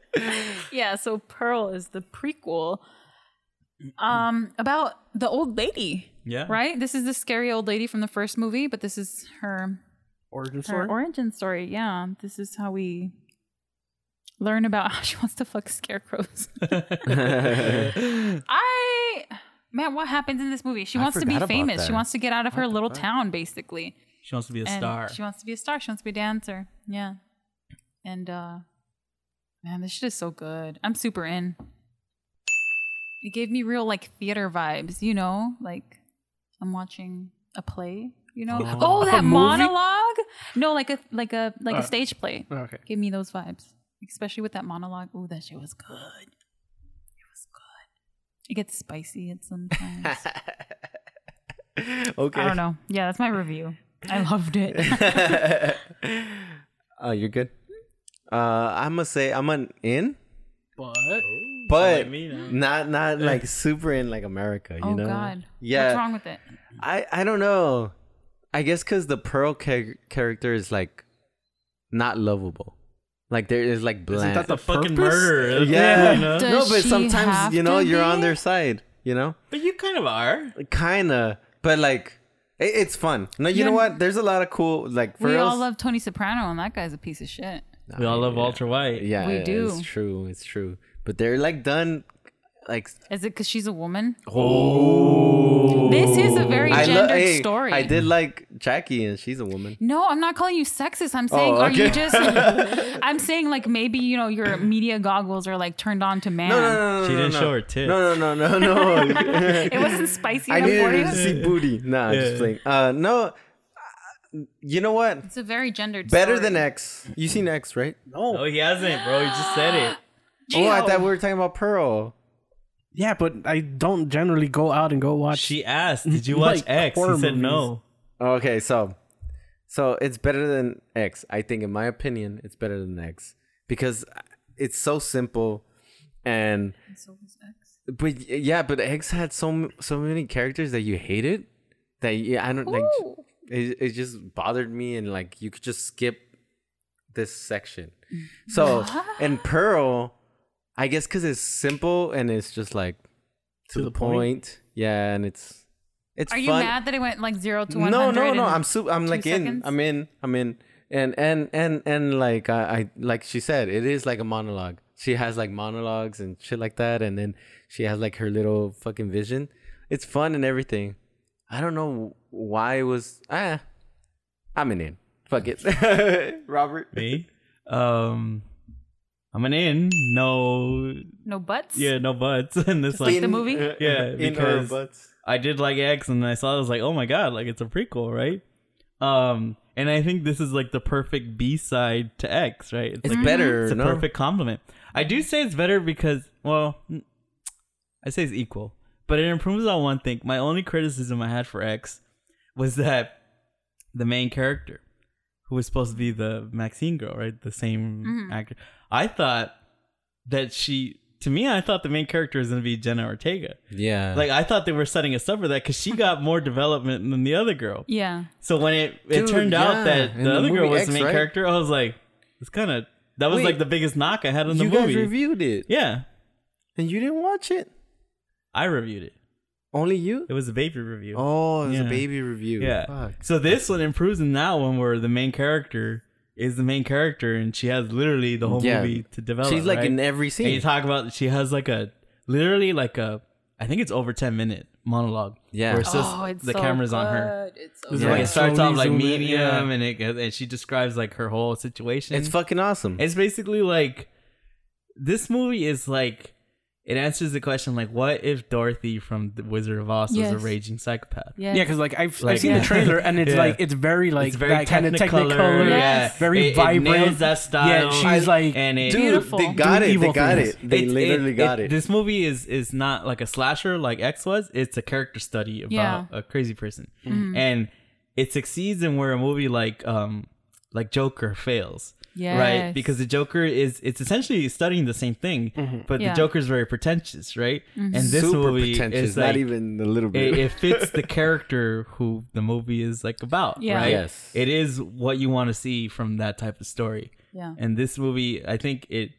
D: it.
B: yeah so pearl is the prequel um about the old lady
D: Yeah.
B: right this is the scary old lady from the first movie but this is her
A: Origin
B: her
A: story.
B: origin story yeah this is how we learn about how she wants to fuck scarecrows i man what happens in this movie she
C: I
B: wants to be
C: forgot about
B: famous she
C: that.
B: wants to get out of her little town basically
D: She wants to be a
B: and
D: star.
B: She wants to be a star. She wants to be a dancer. Yeah. And uh man, this shit is so good. I'm super in. It gave me real like theater vibes, you know? Like I'm watching a play, you know? Oh, that monologue? No, like a like a like a stage play.
A: Okay.
B: Gave me those vibes. Especially with that monologue. Oh, that shit was good. It was good. It gets spicy at sometimes.
C: okay.
B: I don't know. Yeah, that's my review. I loved it.
C: Oh, you're good. Uh, I'm gonna say I'm an in,
A: But
C: but
D: Oh. me now.
C: not not like super in like America. You
B: oh
C: know?
B: God.
C: Yeah.
B: What's wrong with it?
C: I I don't know. I guess because the Pearl char- character is like not lovable. Like there is like bland.
A: that the
D: fucking
A: purpose?
D: murderer.
C: yeah,
D: You know?
B: Does
C: no, but
B: she
C: sometimes
B: have
C: you know
B: to
C: you're on
B: be?
C: their side. you know?
D: But you kind of are.
C: Kinda. But like it, it's fun. No, you know
B: You're-
C: what? There's a lot of cool like for
B: we
C: reals-
B: all love Tony Soprano, and that guy's a piece of shit.
D: We all love Walter White.
C: Yeah,
B: we
C: yeah,
B: do.
C: It's true. It's true. But they're like done like
B: Is it because she's a woman?
C: oh.
B: This is a very
C: I lo-
B: gendered
C: hey,
B: story.
C: I did like Jackie and she's a woman.
B: No, I'm not calling you sexist. I'm saying,
C: Oh,
B: are
C: okay.
B: you just? I'm saying, like maybe you know your media goggles are like turned on to man.
C: No, no, no, no.
D: She
C: no,
D: didn't
C: no.
D: show her tits.
C: No, no, no, no, no.
B: It wasn't spicy
C: I
B: enough for
C: needed to
B: you.
C: see booty. Nah, just playing. Uh, no, uh, you know what?
B: It's a very gendered.
C: Better
B: story.
C: than X. You seen X, right?
D: No, he hasn't, bro. He just said it.
C: Oh, I
B: Gio.
C: thought we were talking about Pearl.
A: Yeah, but I don't generally go out and go watch.
D: She asked, "Did you watch
A: Like
D: X?" He
A: horror
D: said no.
A: movies.
C: Okay, so so it's better than X. I think, in my opinion, it's better than X because it's so simple and. But yeah, but X had so m- so many characters that you hated that yeah, I don't like.
B: Ooh.
C: It, it just bothered me, and like you could just skip this section.
B: Mm-hmm.
C: So and Pearl, I guess because it's simple and it's just like to, the,
A: the
C: point.
A: point.
C: Yeah, and it's it's.
B: Are you
C: fun.
B: mad that it went like zero to one
C: No,
B: hundred?
C: no, no. I'm super. I'm
B: two
C: like in.
B: seconds?
C: I'm in. I'm in. And and and and like I, I like she said, it is like a monologue. She has like monologues and shit like that, and then she has like her little fucking vision. It's fun and everything. I don't know why it was. Ah, I'm an in. Fuck it, Robert.
D: Me? Um, I'm an in. No,
B: no butts.
D: yeah, no buts. And it's like
B: the movie?
D: Yeah,
C: uh, in her
D: because-
C: butts.
D: I did like X, and I saw it. I was like, "Oh my god!" Like it's a prequel, right? Um, and I think this is like the perfect B side to X, right?
C: It's
D: like,
C: better,
D: It's a
C: no?
D: perfect compliment. I do say it's better because, well, mm, I say it's equal, but it improves on one thing. My only criticism I had for X was that the main character, who was supposed to be the Maxine girl, right, the same
C: Mm-hmm.
D: actor, I thought that she. To me, I thought the main character was going to be Jenna Ortega.
C: Yeah,
D: Like I thought they were setting us up for that because she got more development than the other girl.
B: Yeah.
D: So when it it
C: Dude,
D: turned
C: yeah.
D: out that
C: In
D: the,
C: the
D: other girl
C: movie
D: was
C: X,
D: the main
C: right?
D: character, I was like, it's kind of that was
C: Wait.
D: like the biggest knock I had on the
C: you
D: movie.
C: guys reviewed it
D: yeah,
C: and you didn't watch it.
D: I reviewed it.
C: Only you.
D: It was a baby review.
C: Oh, it was a
D: Yeah.
C: baby review.
D: yeah.
C: Fuck.
D: So this one improves in that one where the main character is the main character and she has literally the whole
C: Yeah.
D: movie to develop.
C: She's like
D: right?
C: in every
D: And you
C: scene.
D: talk about she has like a literally like a I think it's over ten minute monologue.
C: Yeah.
D: where it's just
B: oh, it's
D: the
B: so
D: camera's on her.
B: good. It's so
A: It's
D: So,
C: Yeah.
D: Like it starts
A: slowly
D: off like
A: zoom in,
D: medium,
A: yeah.
D: and it goes, and she describes like her whole situation.
C: It's fucking awesome.
D: It's basically like this movie is like it answers the question like, what if Dorothy from The Wizard of Oz
B: Yes.
D: was a raging psychopath?
B: Yeah.
A: yeah, because like I've
D: Like-
A: I've seen
D: Yeah.
A: the trailer and it's
D: Yeah.
A: like it's very like
D: It's very
A: that kind of
D: technicolor,
A: technicolor,
D: yeah.
B: Yes.
A: very
D: It- it
A: vibrant.
D: nails that style.
A: Yeah, she's
D: I-
A: like
D: and it,
C: Dude,
B: Beautiful.
C: they got
A: Do
C: it. They
A: evil
C: got
A: things.
C: it. They
D: It's-
C: literally got it.
D: This movie is is not like a slasher like X was. It's a character study about
B: Yeah. Mm-hmm.
D: a crazy person, and it succeeds in where a movie like um like Joker fails. Right,
B: Yes.
D: because the Joker is it's essentially studying the same thing, but
B: Yeah. Mm-hmm.
D: the Joker's very pretentious, right? And this
C: Mm-hmm. Super
D: movie
C: pretentious.
D: is like,
C: not even a little bit.
D: it, it fits the character who the movie is like about,
B: Yeah.
D: right?
C: Yes.
D: It is what you want to see from that type of story.
B: Yeah.
D: And this movie, I think it,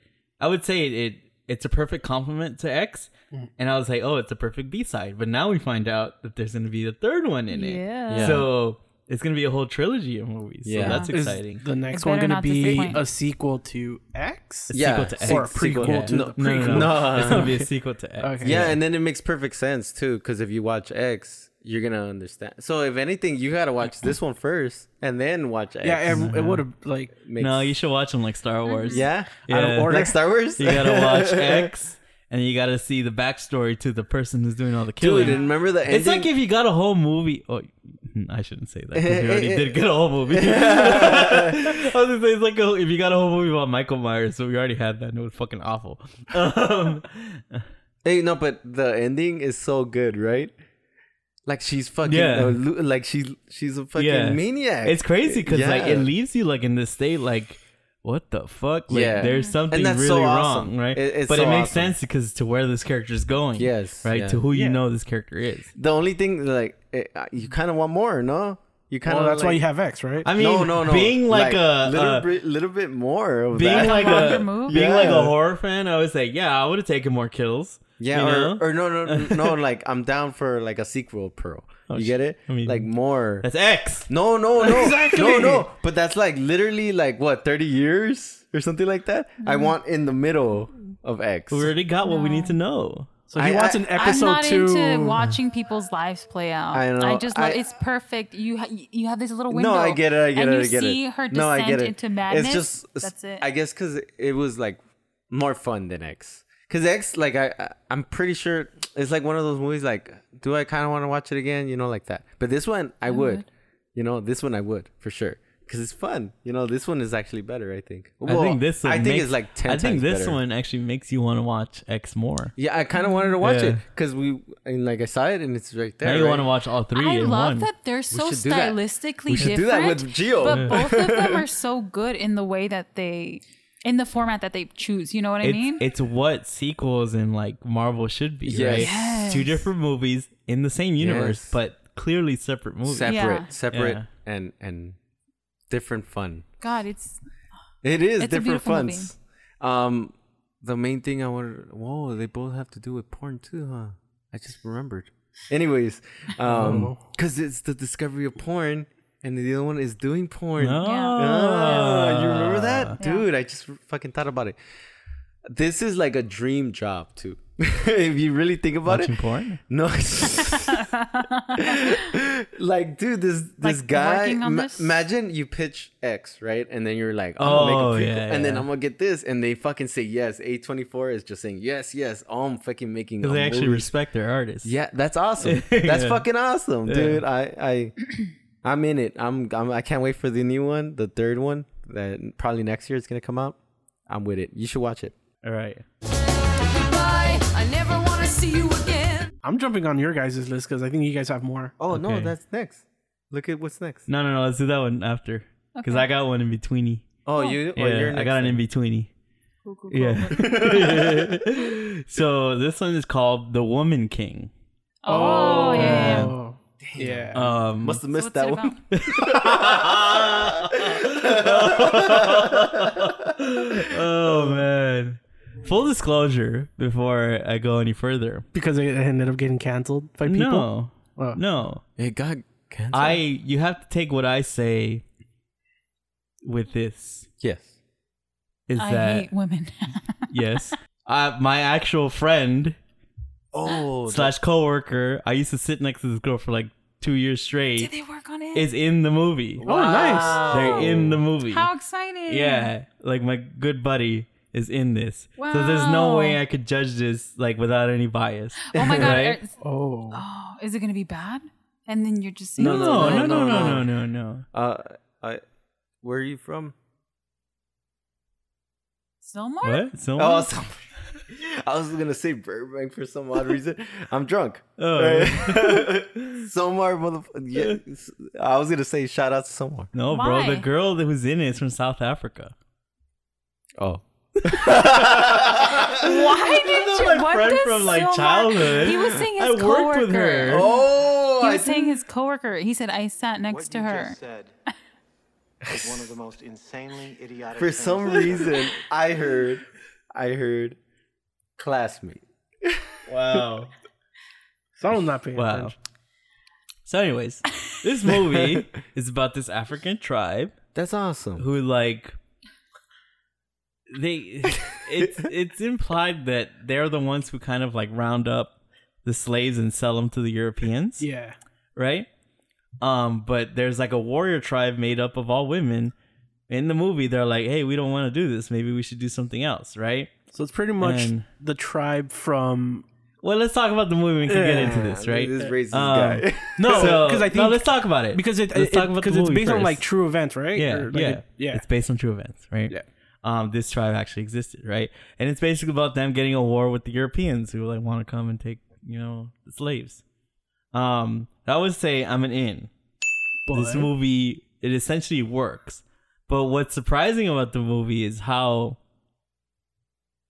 D: I would say it, it it's a perfect compliment to X.
A: Mm.
D: And I was like, oh, it's a perfect B side. But now we find out that there's going to be the third one in it.
B: Yeah.
C: Yeah.
D: So it's going to be a whole trilogy of movies.
C: Yeah.
D: So that's
A: Is
D: exciting.
A: the next
B: It
A: one
B: better
A: going to
B: not
A: be
B: disappoint.
A: a sequel to X?
C: yeah,
D: sequel to
A: Or a
D: X.
A: prequel
D: Yeah.
A: to
C: No,
A: the
D: no, no,
A: prequel.
D: no.
C: No.
D: it's going to be a sequel to X.
A: Okay.
C: yeah, and then it makes perfect sense too, because if you watch X, you're gonna understand. So if anything, you gotta watch this one first, and then watch X.
A: Yeah, it, would have like
C: Makes-
D: No, you should watch them like Star
B: Mhm.
D: Wars.
C: Yeah,
A: Out of
D: Yeah.
A: order.
C: like Star Wars.
D: You gotta watch X, and you gotta see the backstory to the person who's doing all the killing.
C: dude. And remember the ending.
D: it's like if you got a whole movie. Oh, I shouldn't say that. 'cause We already did get a whole movie. I was gonna say it's like a, if you got a whole movie about Michael Myers, so we already had that, and it was fucking awful. Um,
C: hey, no, but the ending is so good, right? Like she's fucking,
D: Yeah.
C: uh, lo- like she's she's a fucking
D: Yeah.
C: maniac.
D: it's crazy because like
C: Yeah.
D: it leaves you like in this state like. What the fuck? Like,
C: Yeah.
D: there's something
C: And that's
D: really
C: so awesome.
D: wrong, right?
C: It- it's
D: but
C: so
D: it makes
C: awesome.
D: sense because to where this character's going,
C: Yes,
D: right?
C: yeah.
D: To who you
A: Yeah.
D: know this character is.
C: the only thing like eh, uh, you kind of want more, no? You kind of
A: Well, that's
C: like,
A: why you have X, right?
D: I mean,
C: no, no, no.
D: being like, a,
C: little
D: a-
C: bit, little bit more. Of
D: being
C: that.
D: like
B: Longer
D: a
B: move?
D: being like
C: Yeah.
D: a horror fan, I would say, yeah, I would have taken more kills.
C: Yeah,
D: You
C: or,
D: know?
C: or no, no, no, like I'm down for like a sequel, Pearl. you get it?
D: Oh, I mean-
C: like more.
D: That's X.
C: no, no, no,
A: Exactly.
C: no, no. But that's like literally like what thirty years or something like that. I
D: Mm-hmm.
C: want in the middle of X.
D: We already got what we need to know.
A: So he
C: I-
A: wants
C: I-
A: an
B: I'm
A: episode
B: not
A: two.
B: into watching people's lives play out.
C: I
B: I
C: know,
B: just love
C: I-
B: it's perfect. You ha- you have this little window.
C: no, I get it. I get
B: and
C: it.
B: You
C: I get
B: see
C: it.
B: her descent
C: no, I get it.
B: into madness.
C: It's just
B: that's it.
C: I guess because it was like more fun than X. Because X, like I, I- I'm pretty sure it's like one of those movies. Like, do I kind of want to watch it again? You know, like that. But this one, I, would. You know, this one I would for sure because it's fun. You know, this one is actually better. I think. Well,
D: I think this. One
C: I think
D: makes-
C: it's like ten.
D: I think
C: times
D: this
C: better.
D: one actually makes you want to watch X more.
C: Yeah, I kind of wanted to watch it
D: Yeah.
C: because we and like I saw it and it's right there.
D: Now you
C: right?
D: want to watch all three
B: I
D: in
B: love
D: one.
B: that they're so
C: should do that.
B: stylistically
C: We should
B: different.
C: do that with Gio.
B: But both of them are so good in the way that they, in the format that they choose. You know what I
D: it's,
B: mean?
D: it's what sequels in like Marvel should be,
C: Yes.
D: right?
B: Yes.
D: Two different movies in the same universe,
C: Yes.
D: but clearly separate movies.
C: separate,
B: Yeah.
C: separate,
D: Yeah.
C: and and different fun.
B: God, it's
C: It is
B: It's a
C: different
B: beautiful movie.
C: funds. Um, the main thing I wanted. Whoa, they both have to do with porn too, huh? I just remembered. Anyways, um, because it's the discovery of porn, and the other one is doing porn. Ah, you remember that,
B: Yeah.
C: dude? I just fucking thought about it. This is like a dream job too. if you really think about
D: Watching
C: it,
D: porn?
C: no. like, dude, this this
B: Like,
C: guy.
B: working on
C: ma-
B: this?
C: Imagine you pitch X, right? And then you're like, I'm gonna
D: Oh,
C: make a prequel,
D: yeah,
C: and then
D: yeah.
C: I'm gonna get this, and they fucking say yes. A24 is just saying yes, yes. Oh, I'm fucking making. a
D: Because they actually
C: movie.
D: respect their artists.
C: Yeah, that's awesome. That's
D: Yeah.
C: fucking awesome, dude. I I I'm in it. I'm, I'm I can't wait for the new one, the third one that probably next year is gonna come out. I'm with it. You should watch it.
D: All right.
F: Goodbye. I never want to see you again.
A: I'm jumping on your guys' list because I think you guys have more.
C: Oh no,
D: Okay.
C: that's next. Look at what's next.
D: No, no, no. Let's do that one after. Because
B: Okay.
D: I got one in betweeny.
C: Oh, you. Oh,
D: yeah,
C: you're next
D: I got an
C: then.
D: in betweeny.
B: cool, cool, cool.
D: Yeah. so this one is called The Woman King.
B: Oh, yeah. yeah.
A: Oh. Yeah.
D: Um,
C: Must
B: So
C: have
B: what's
C: missed that
B: it
C: one.
B: about?
D: oh man. Full disclosure before I go any further.
A: Because it ended up getting canceled by people.
D: No.
A: Oh.
D: No.
C: It got canceled.
D: I you have to take what I say with this.
C: yes.
D: Is
B: I
D: that
B: hate women.
D: yes. Uh, my actual friend
C: Oh,
D: slash coworker, I used to sit next to this girl for like two years
B: Did
D: straight,
B: they work on it?
D: is in the movie.
A: Oh, nice.
D: They're in the movie.
B: How exciting!
D: Yeah, like my good buddy is in this. So there's no
B: Wow.
D: way I could judge this like without any bias.
B: Oh my god,
D: Right?
B: is,
A: Oh.
B: oh, is it gonna be bad? And then you're just saying,
D: No, no, no, no,
C: no,
D: no, no, no.
C: Uh, I. Where are you from?
B: Silmar?
D: What? Someone?
C: Oh, so- I was gonna say Burbank for some odd reason. I'm drunk.
D: Oh.
C: Right? Somar, motherfucker. Yeah, s- I was gonna say shout out to Somar.
D: no,
B: Why?
D: bro. The girl that was in it is from South Africa.
C: Oh.
B: Why did you?
D: my
B: what
D: friend
B: does
D: from like
B: Silmar-
D: childhood.
B: He was saying his
D: I worked
B: coworker.
D: with her.
C: oh,
B: He
C: I
B: was saying his coworker. He said, "I sat next
H: What
B: to
H: you
B: her."
H: just said was one of the most insanely idiotic.
C: for
H: things
C: some
H: I've ever
C: reason I heard, I heard, classmate.
D: Wow.
A: Someone's not paying
D: Wow.
A: attention.
D: So, anyways, this movie is about this African tribe
C: That's awesome.
D: who like they it's it's implied that they're the ones who kind of like round up the slaves and sell them to the Europeans,
A: Yeah.
D: right? Um, but there's like a warrior tribe made up of all women. In the movie, they're like, "Hey, we don't want to do this. Maybe we should do something else, right?"
A: So it's pretty much
D: And-
A: the tribe from.
D: Well, let's talk about the movie. We can get into this, right?
C: This racist
D: Um,
C: guy.
D: No,
A: So- 'cause
D: because
A: I
D: I
A: think-
D: no, let's talk about it
A: Because it,
D: let's
A: it, it- 'cause it's
D: movie
A: based on like
D: first.
A: true events, right?
D: Yeah,
A: Or, like,
D: yeah,
A: it- yeah.
D: It's based on true events, right?
C: Yeah.
D: Um, this tribe actually existed, right? And it's basically about them getting a war with the Europeans who like want to come and take, you know, the slaves. Um, I would say I'm an in. This
A: But-
D: movie it essentially works, but what's surprising about the movie is how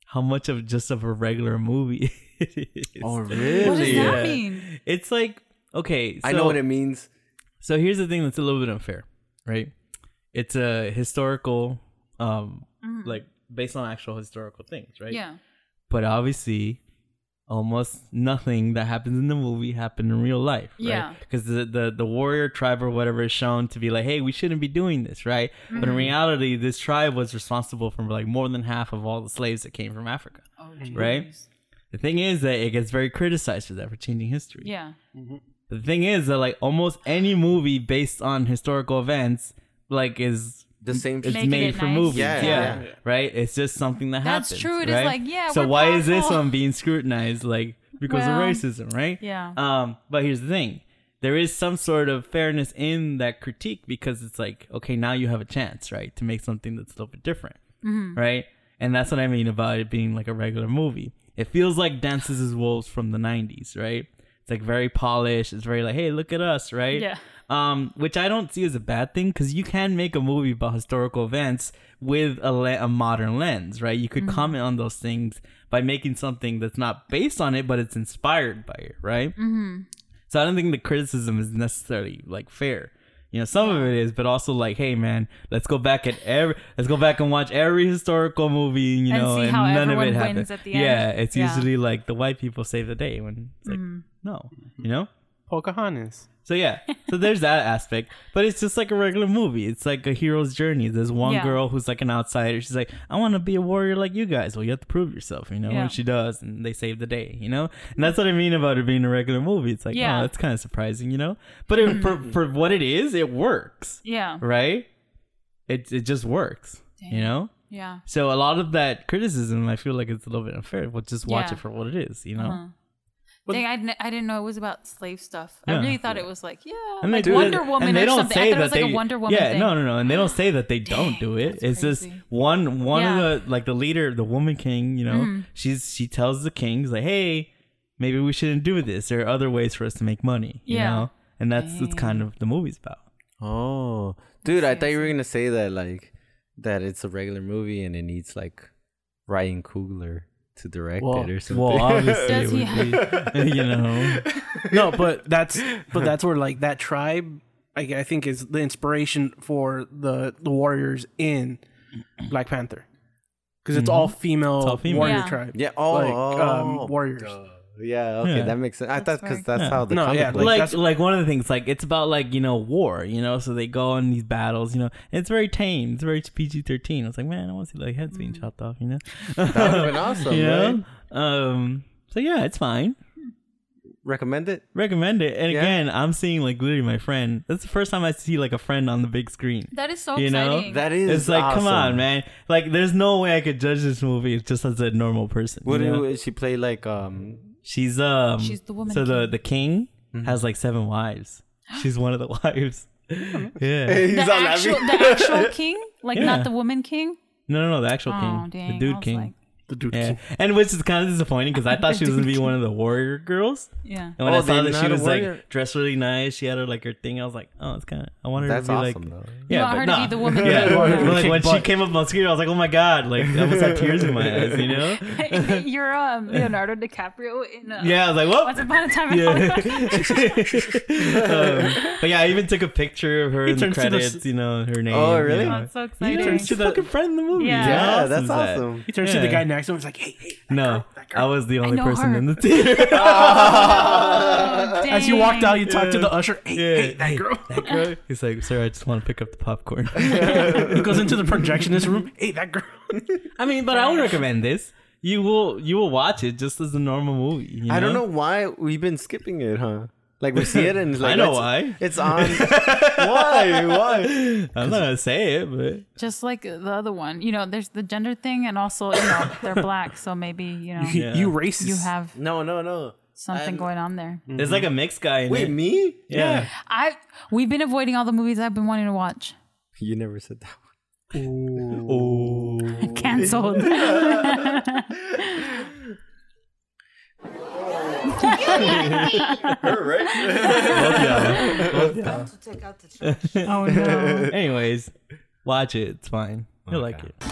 D: how much of just of a regular movie it is.
C: Oh,
B: What does
C: really?
B: that
D: Yeah.
B: mean?
D: It's like okay,
C: I
D: so-
C: know what it means.
D: so here's the thing that's a little bit unfair, right? It's a historical,
B: Mm-hmm.
D: um, like based on actual historical things, right?
B: Yeah.
D: But obviously, almost nothing that happens in the movie happened in real life. Right?
B: Yeah.
D: Because the, the the warrior tribe or whatever is shown to be like, hey, we shouldn't be doing this, right? But
B: Mm-hmm.
D: in reality, this tribe was responsible for like more than half of all the slaves that came from Africa,
B: Oh,
D: right? The thing is that it gets very criticized for that for changing history.
B: Yeah.
D: The thing is that like almost any movie based on historical events like is
C: The same
D: it's
C: shit.
B: Making
D: made
B: it
D: for
B: nice.
D: movies.
C: Yeah,
D: Yeah,
C: yeah.
D: Right? It's just something that happens.
B: That's true. It
D: It
B: is
D: is
B: like, yeah,
D: So
B: we're
D: why is this
B: powerful.
D: one being scrutinized like because
B: Well,
D: of racism, right?
B: yeah.
D: Um, but here's the thing. There is some sort of fairness in that critique because it's like, okay, now you have a chance, right, to make something that's a little bit different. Right? And that's what I mean about it being like a regular movie. It feels like Dances as Wolves from the nineties, right? It's like very polished. It's very like, hey, look at us, right?
B: Yeah.
D: um, which I don't see as a bad thing because you can make a movie about historical events with a, le- a modern lens, right? You could comment on those things by making something that's not based on it, but it's inspired by it, right? Mm-hmm. So I don't think the criticism is necessarily like fair. You know, some of it is, but also like, hey man, let's go back at every, let's go back and watch every historical movie, you
B: And
D: know,
B: see
D: and
B: how
D: none of
B: everyone
D: it
B: wins
D: happens.
B: at the
D: yeah,
B: end.
D: it's
B: Yeah. Mm.
D: usually like the white people save the day when it's like, no, you know.
A: Pocahontas.
D: So yeah, so there's that aspect, but it's just like a regular movie. It's like a hero's journey. There's one
B: Yeah.
D: girl who's like an outsider. She's like, I want to be a warrior like you guys. Well, you have to prove yourself, you know.
B: Yeah.
D: And she does, and they save the day, you know. And that's what I mean about it being a regular movie. It's like,
B: Yeah.
D: oh, that's kind of surprising, you know. But it, for for what it is, it works,
B: Yeah.
D: right? It it just works, you know.
B: Yeah.
D: So a lot of that criticism, I feel like it's a little bit unfair. But just watch
B: Yeah. Uh-huh.
D: it for what it is, you know.
B: Dang, I, didn't, I didn't know it was about slave stuff. I
D: Yeah.
B: really thought it was like, yeah,
D: And
B: like
D: they do
B: Wonder
D: it,
B: Woman
D: and they
B: or
D: don't
B: something.
D: say
B: I thought it was
D: that
B: like
D: they,
B: a Wonder Woman
D: yeah,
B: thing.
D: no, no, no, and they don't say that they don't do it. It's just
B: crazy.
D: one, one
B: Yeah. Mm-hmm.
D: of the like the leader, the woman king. You know, she's she tells the kings like, hey, maybe we shouldn't do this. There are other ways for us to make money. You
B: Yeah.
D: know, and that's that's kind of the movie's about.
C: Oh, dude, I thought you were gonna say that like that it's a regular movie and it needs like Ryan Coogler to direct it or something.
D: well, obviously,
B: Does
D: it
B: he
D: would be, you know,
A: no, but that's but that's where like that tribe, I, I think, is the inspiration for the the warriors in Black Panther, because it's all female
D: Mm-hmm. all female.
A: warrior
B: Yeah.
A: tribe.
C: yeah. Oh,
A: like
C: oh,
A: um, warriors.
C: Yeah. Okay,
D: Yeah.
C: that makes sense. I
B: That's
C: thought because
B: very
C: that's how the
A: No,
C: comic
A: yeah,
C: book-
A: like,
D: like
A: that's-
D: like one of the things like it's about like you know war you know so they go on these battles you know and it's very tame it's very pg-13 i was like man i want to see like heads
B: Mm.
D: being chopped off you know
C: that would have been awesome.
D: you
C: right?
D: know um so yeah it's fine
C: Recommend it.
D: recommend it and
C: Yeah.
D: again i'm seeing like literally my friend that's the first time i see like a friend on the big screen
B: That is so
D: You know,
B: exciting.
C: That is.
D: it's like come on
C: awesome.
D: man like there's no way i could judge this movie just as a normal person
C: What
D: you know?
C: did she play? Like um.
D: she's um
B: She's the woman
D: so the
B: king.
D: the king
C: Mm-hmm.
D: has like seven wives she's one of the wives yeah
B: the, actual, the actual king, like
D: Yeah.
B: not the woman king.
D: No, no, no, the actual
B: Oh,
D: king,
B: dang.
D: the
B: I
D: dude
B: was
D: king.
B: like-
A: The dude.
D: Yeah, and which is kind of disappointing because I thought she was gonna be one of the warrior girls.
B: Yeah.
D: And when
C: Oh,
D: I saw
C: they're
D: that she
C: not a
D: was
C: warrior.
D: like dressed really nice, she had her like her thing. I was like, oh, it's kind of. I wanted
C: That's
D: her to be
C: awesome
D: like,
C: though.
D: yeah,
B: want
D: but
B: her to be
D: nah.
B: the woman.
D: Yeah,
B: You want her to
D: but, like
A: kick
D: when she
A: butt.
D: came up on screen, I was like, oh my god, like I almost had tears in my eyes, you know?
B: You're um, Leonardo DiCaprio in uh,
D: Yeah, I was like, whoop.
B: Once Upon a Time in
D: Yeah.
B: Hollywood.
D: um, but yeah, I even took a picture of her in the
A: turns to the
D: credits,
A: s-
D: you know, her name.
C: Oh,
D: you
C: really?
D: know.
B: That's so
D: You know,
B: exciting.
D: she's a fucking friend in the movie.
B: Yeah.
D: How
C: Yeah,
D: awesome
C: that's
D: is that?
C: awesome.
A: He turns to
D: Yeah.
A: the guy next to him. He's like, "Hey, hey!"
D: No, I was the only
B: know
D: person
B: her.
D: in the theater.
B: Oh,
A: As you walked out, you
D: Yeah.
A: talked to the usher. Hey,
D: Yeah.
A: hey, that girl.
D: He's like, sir, I just want to pick up the popcorn.
A: He goes into the projectionist room. Hey, that girl.
D: I mean, but I would recommend this. You will, you will watch it just as a normal movie. you
C: I don't know why we've been skipping it, huh? Like we see it and it's
D: I
C: like
D: know
C: it's-
D: why.
C: it's on. why? Why?
D: I'm not gonna say it, but
B: Just like the other one, you know, there's the gender thing, and also, you know, they're black, so maybe, you know,
A: You- You racist.
B: you have
C: No, no, no.
B: something
C: I'm-
B: going on there.
D: there's like a mixed guy in
C: Mm-hmm. Wait,
D: it.
C: me?
D: yeah.
B: I we've been avoiding all the movies I've been wanting to watch.
C: You never said that. One.
D: Oh.
B: Cancelled.
C: Her, right?
D: Oh Anyways, watch it. It's fine. You'll like it.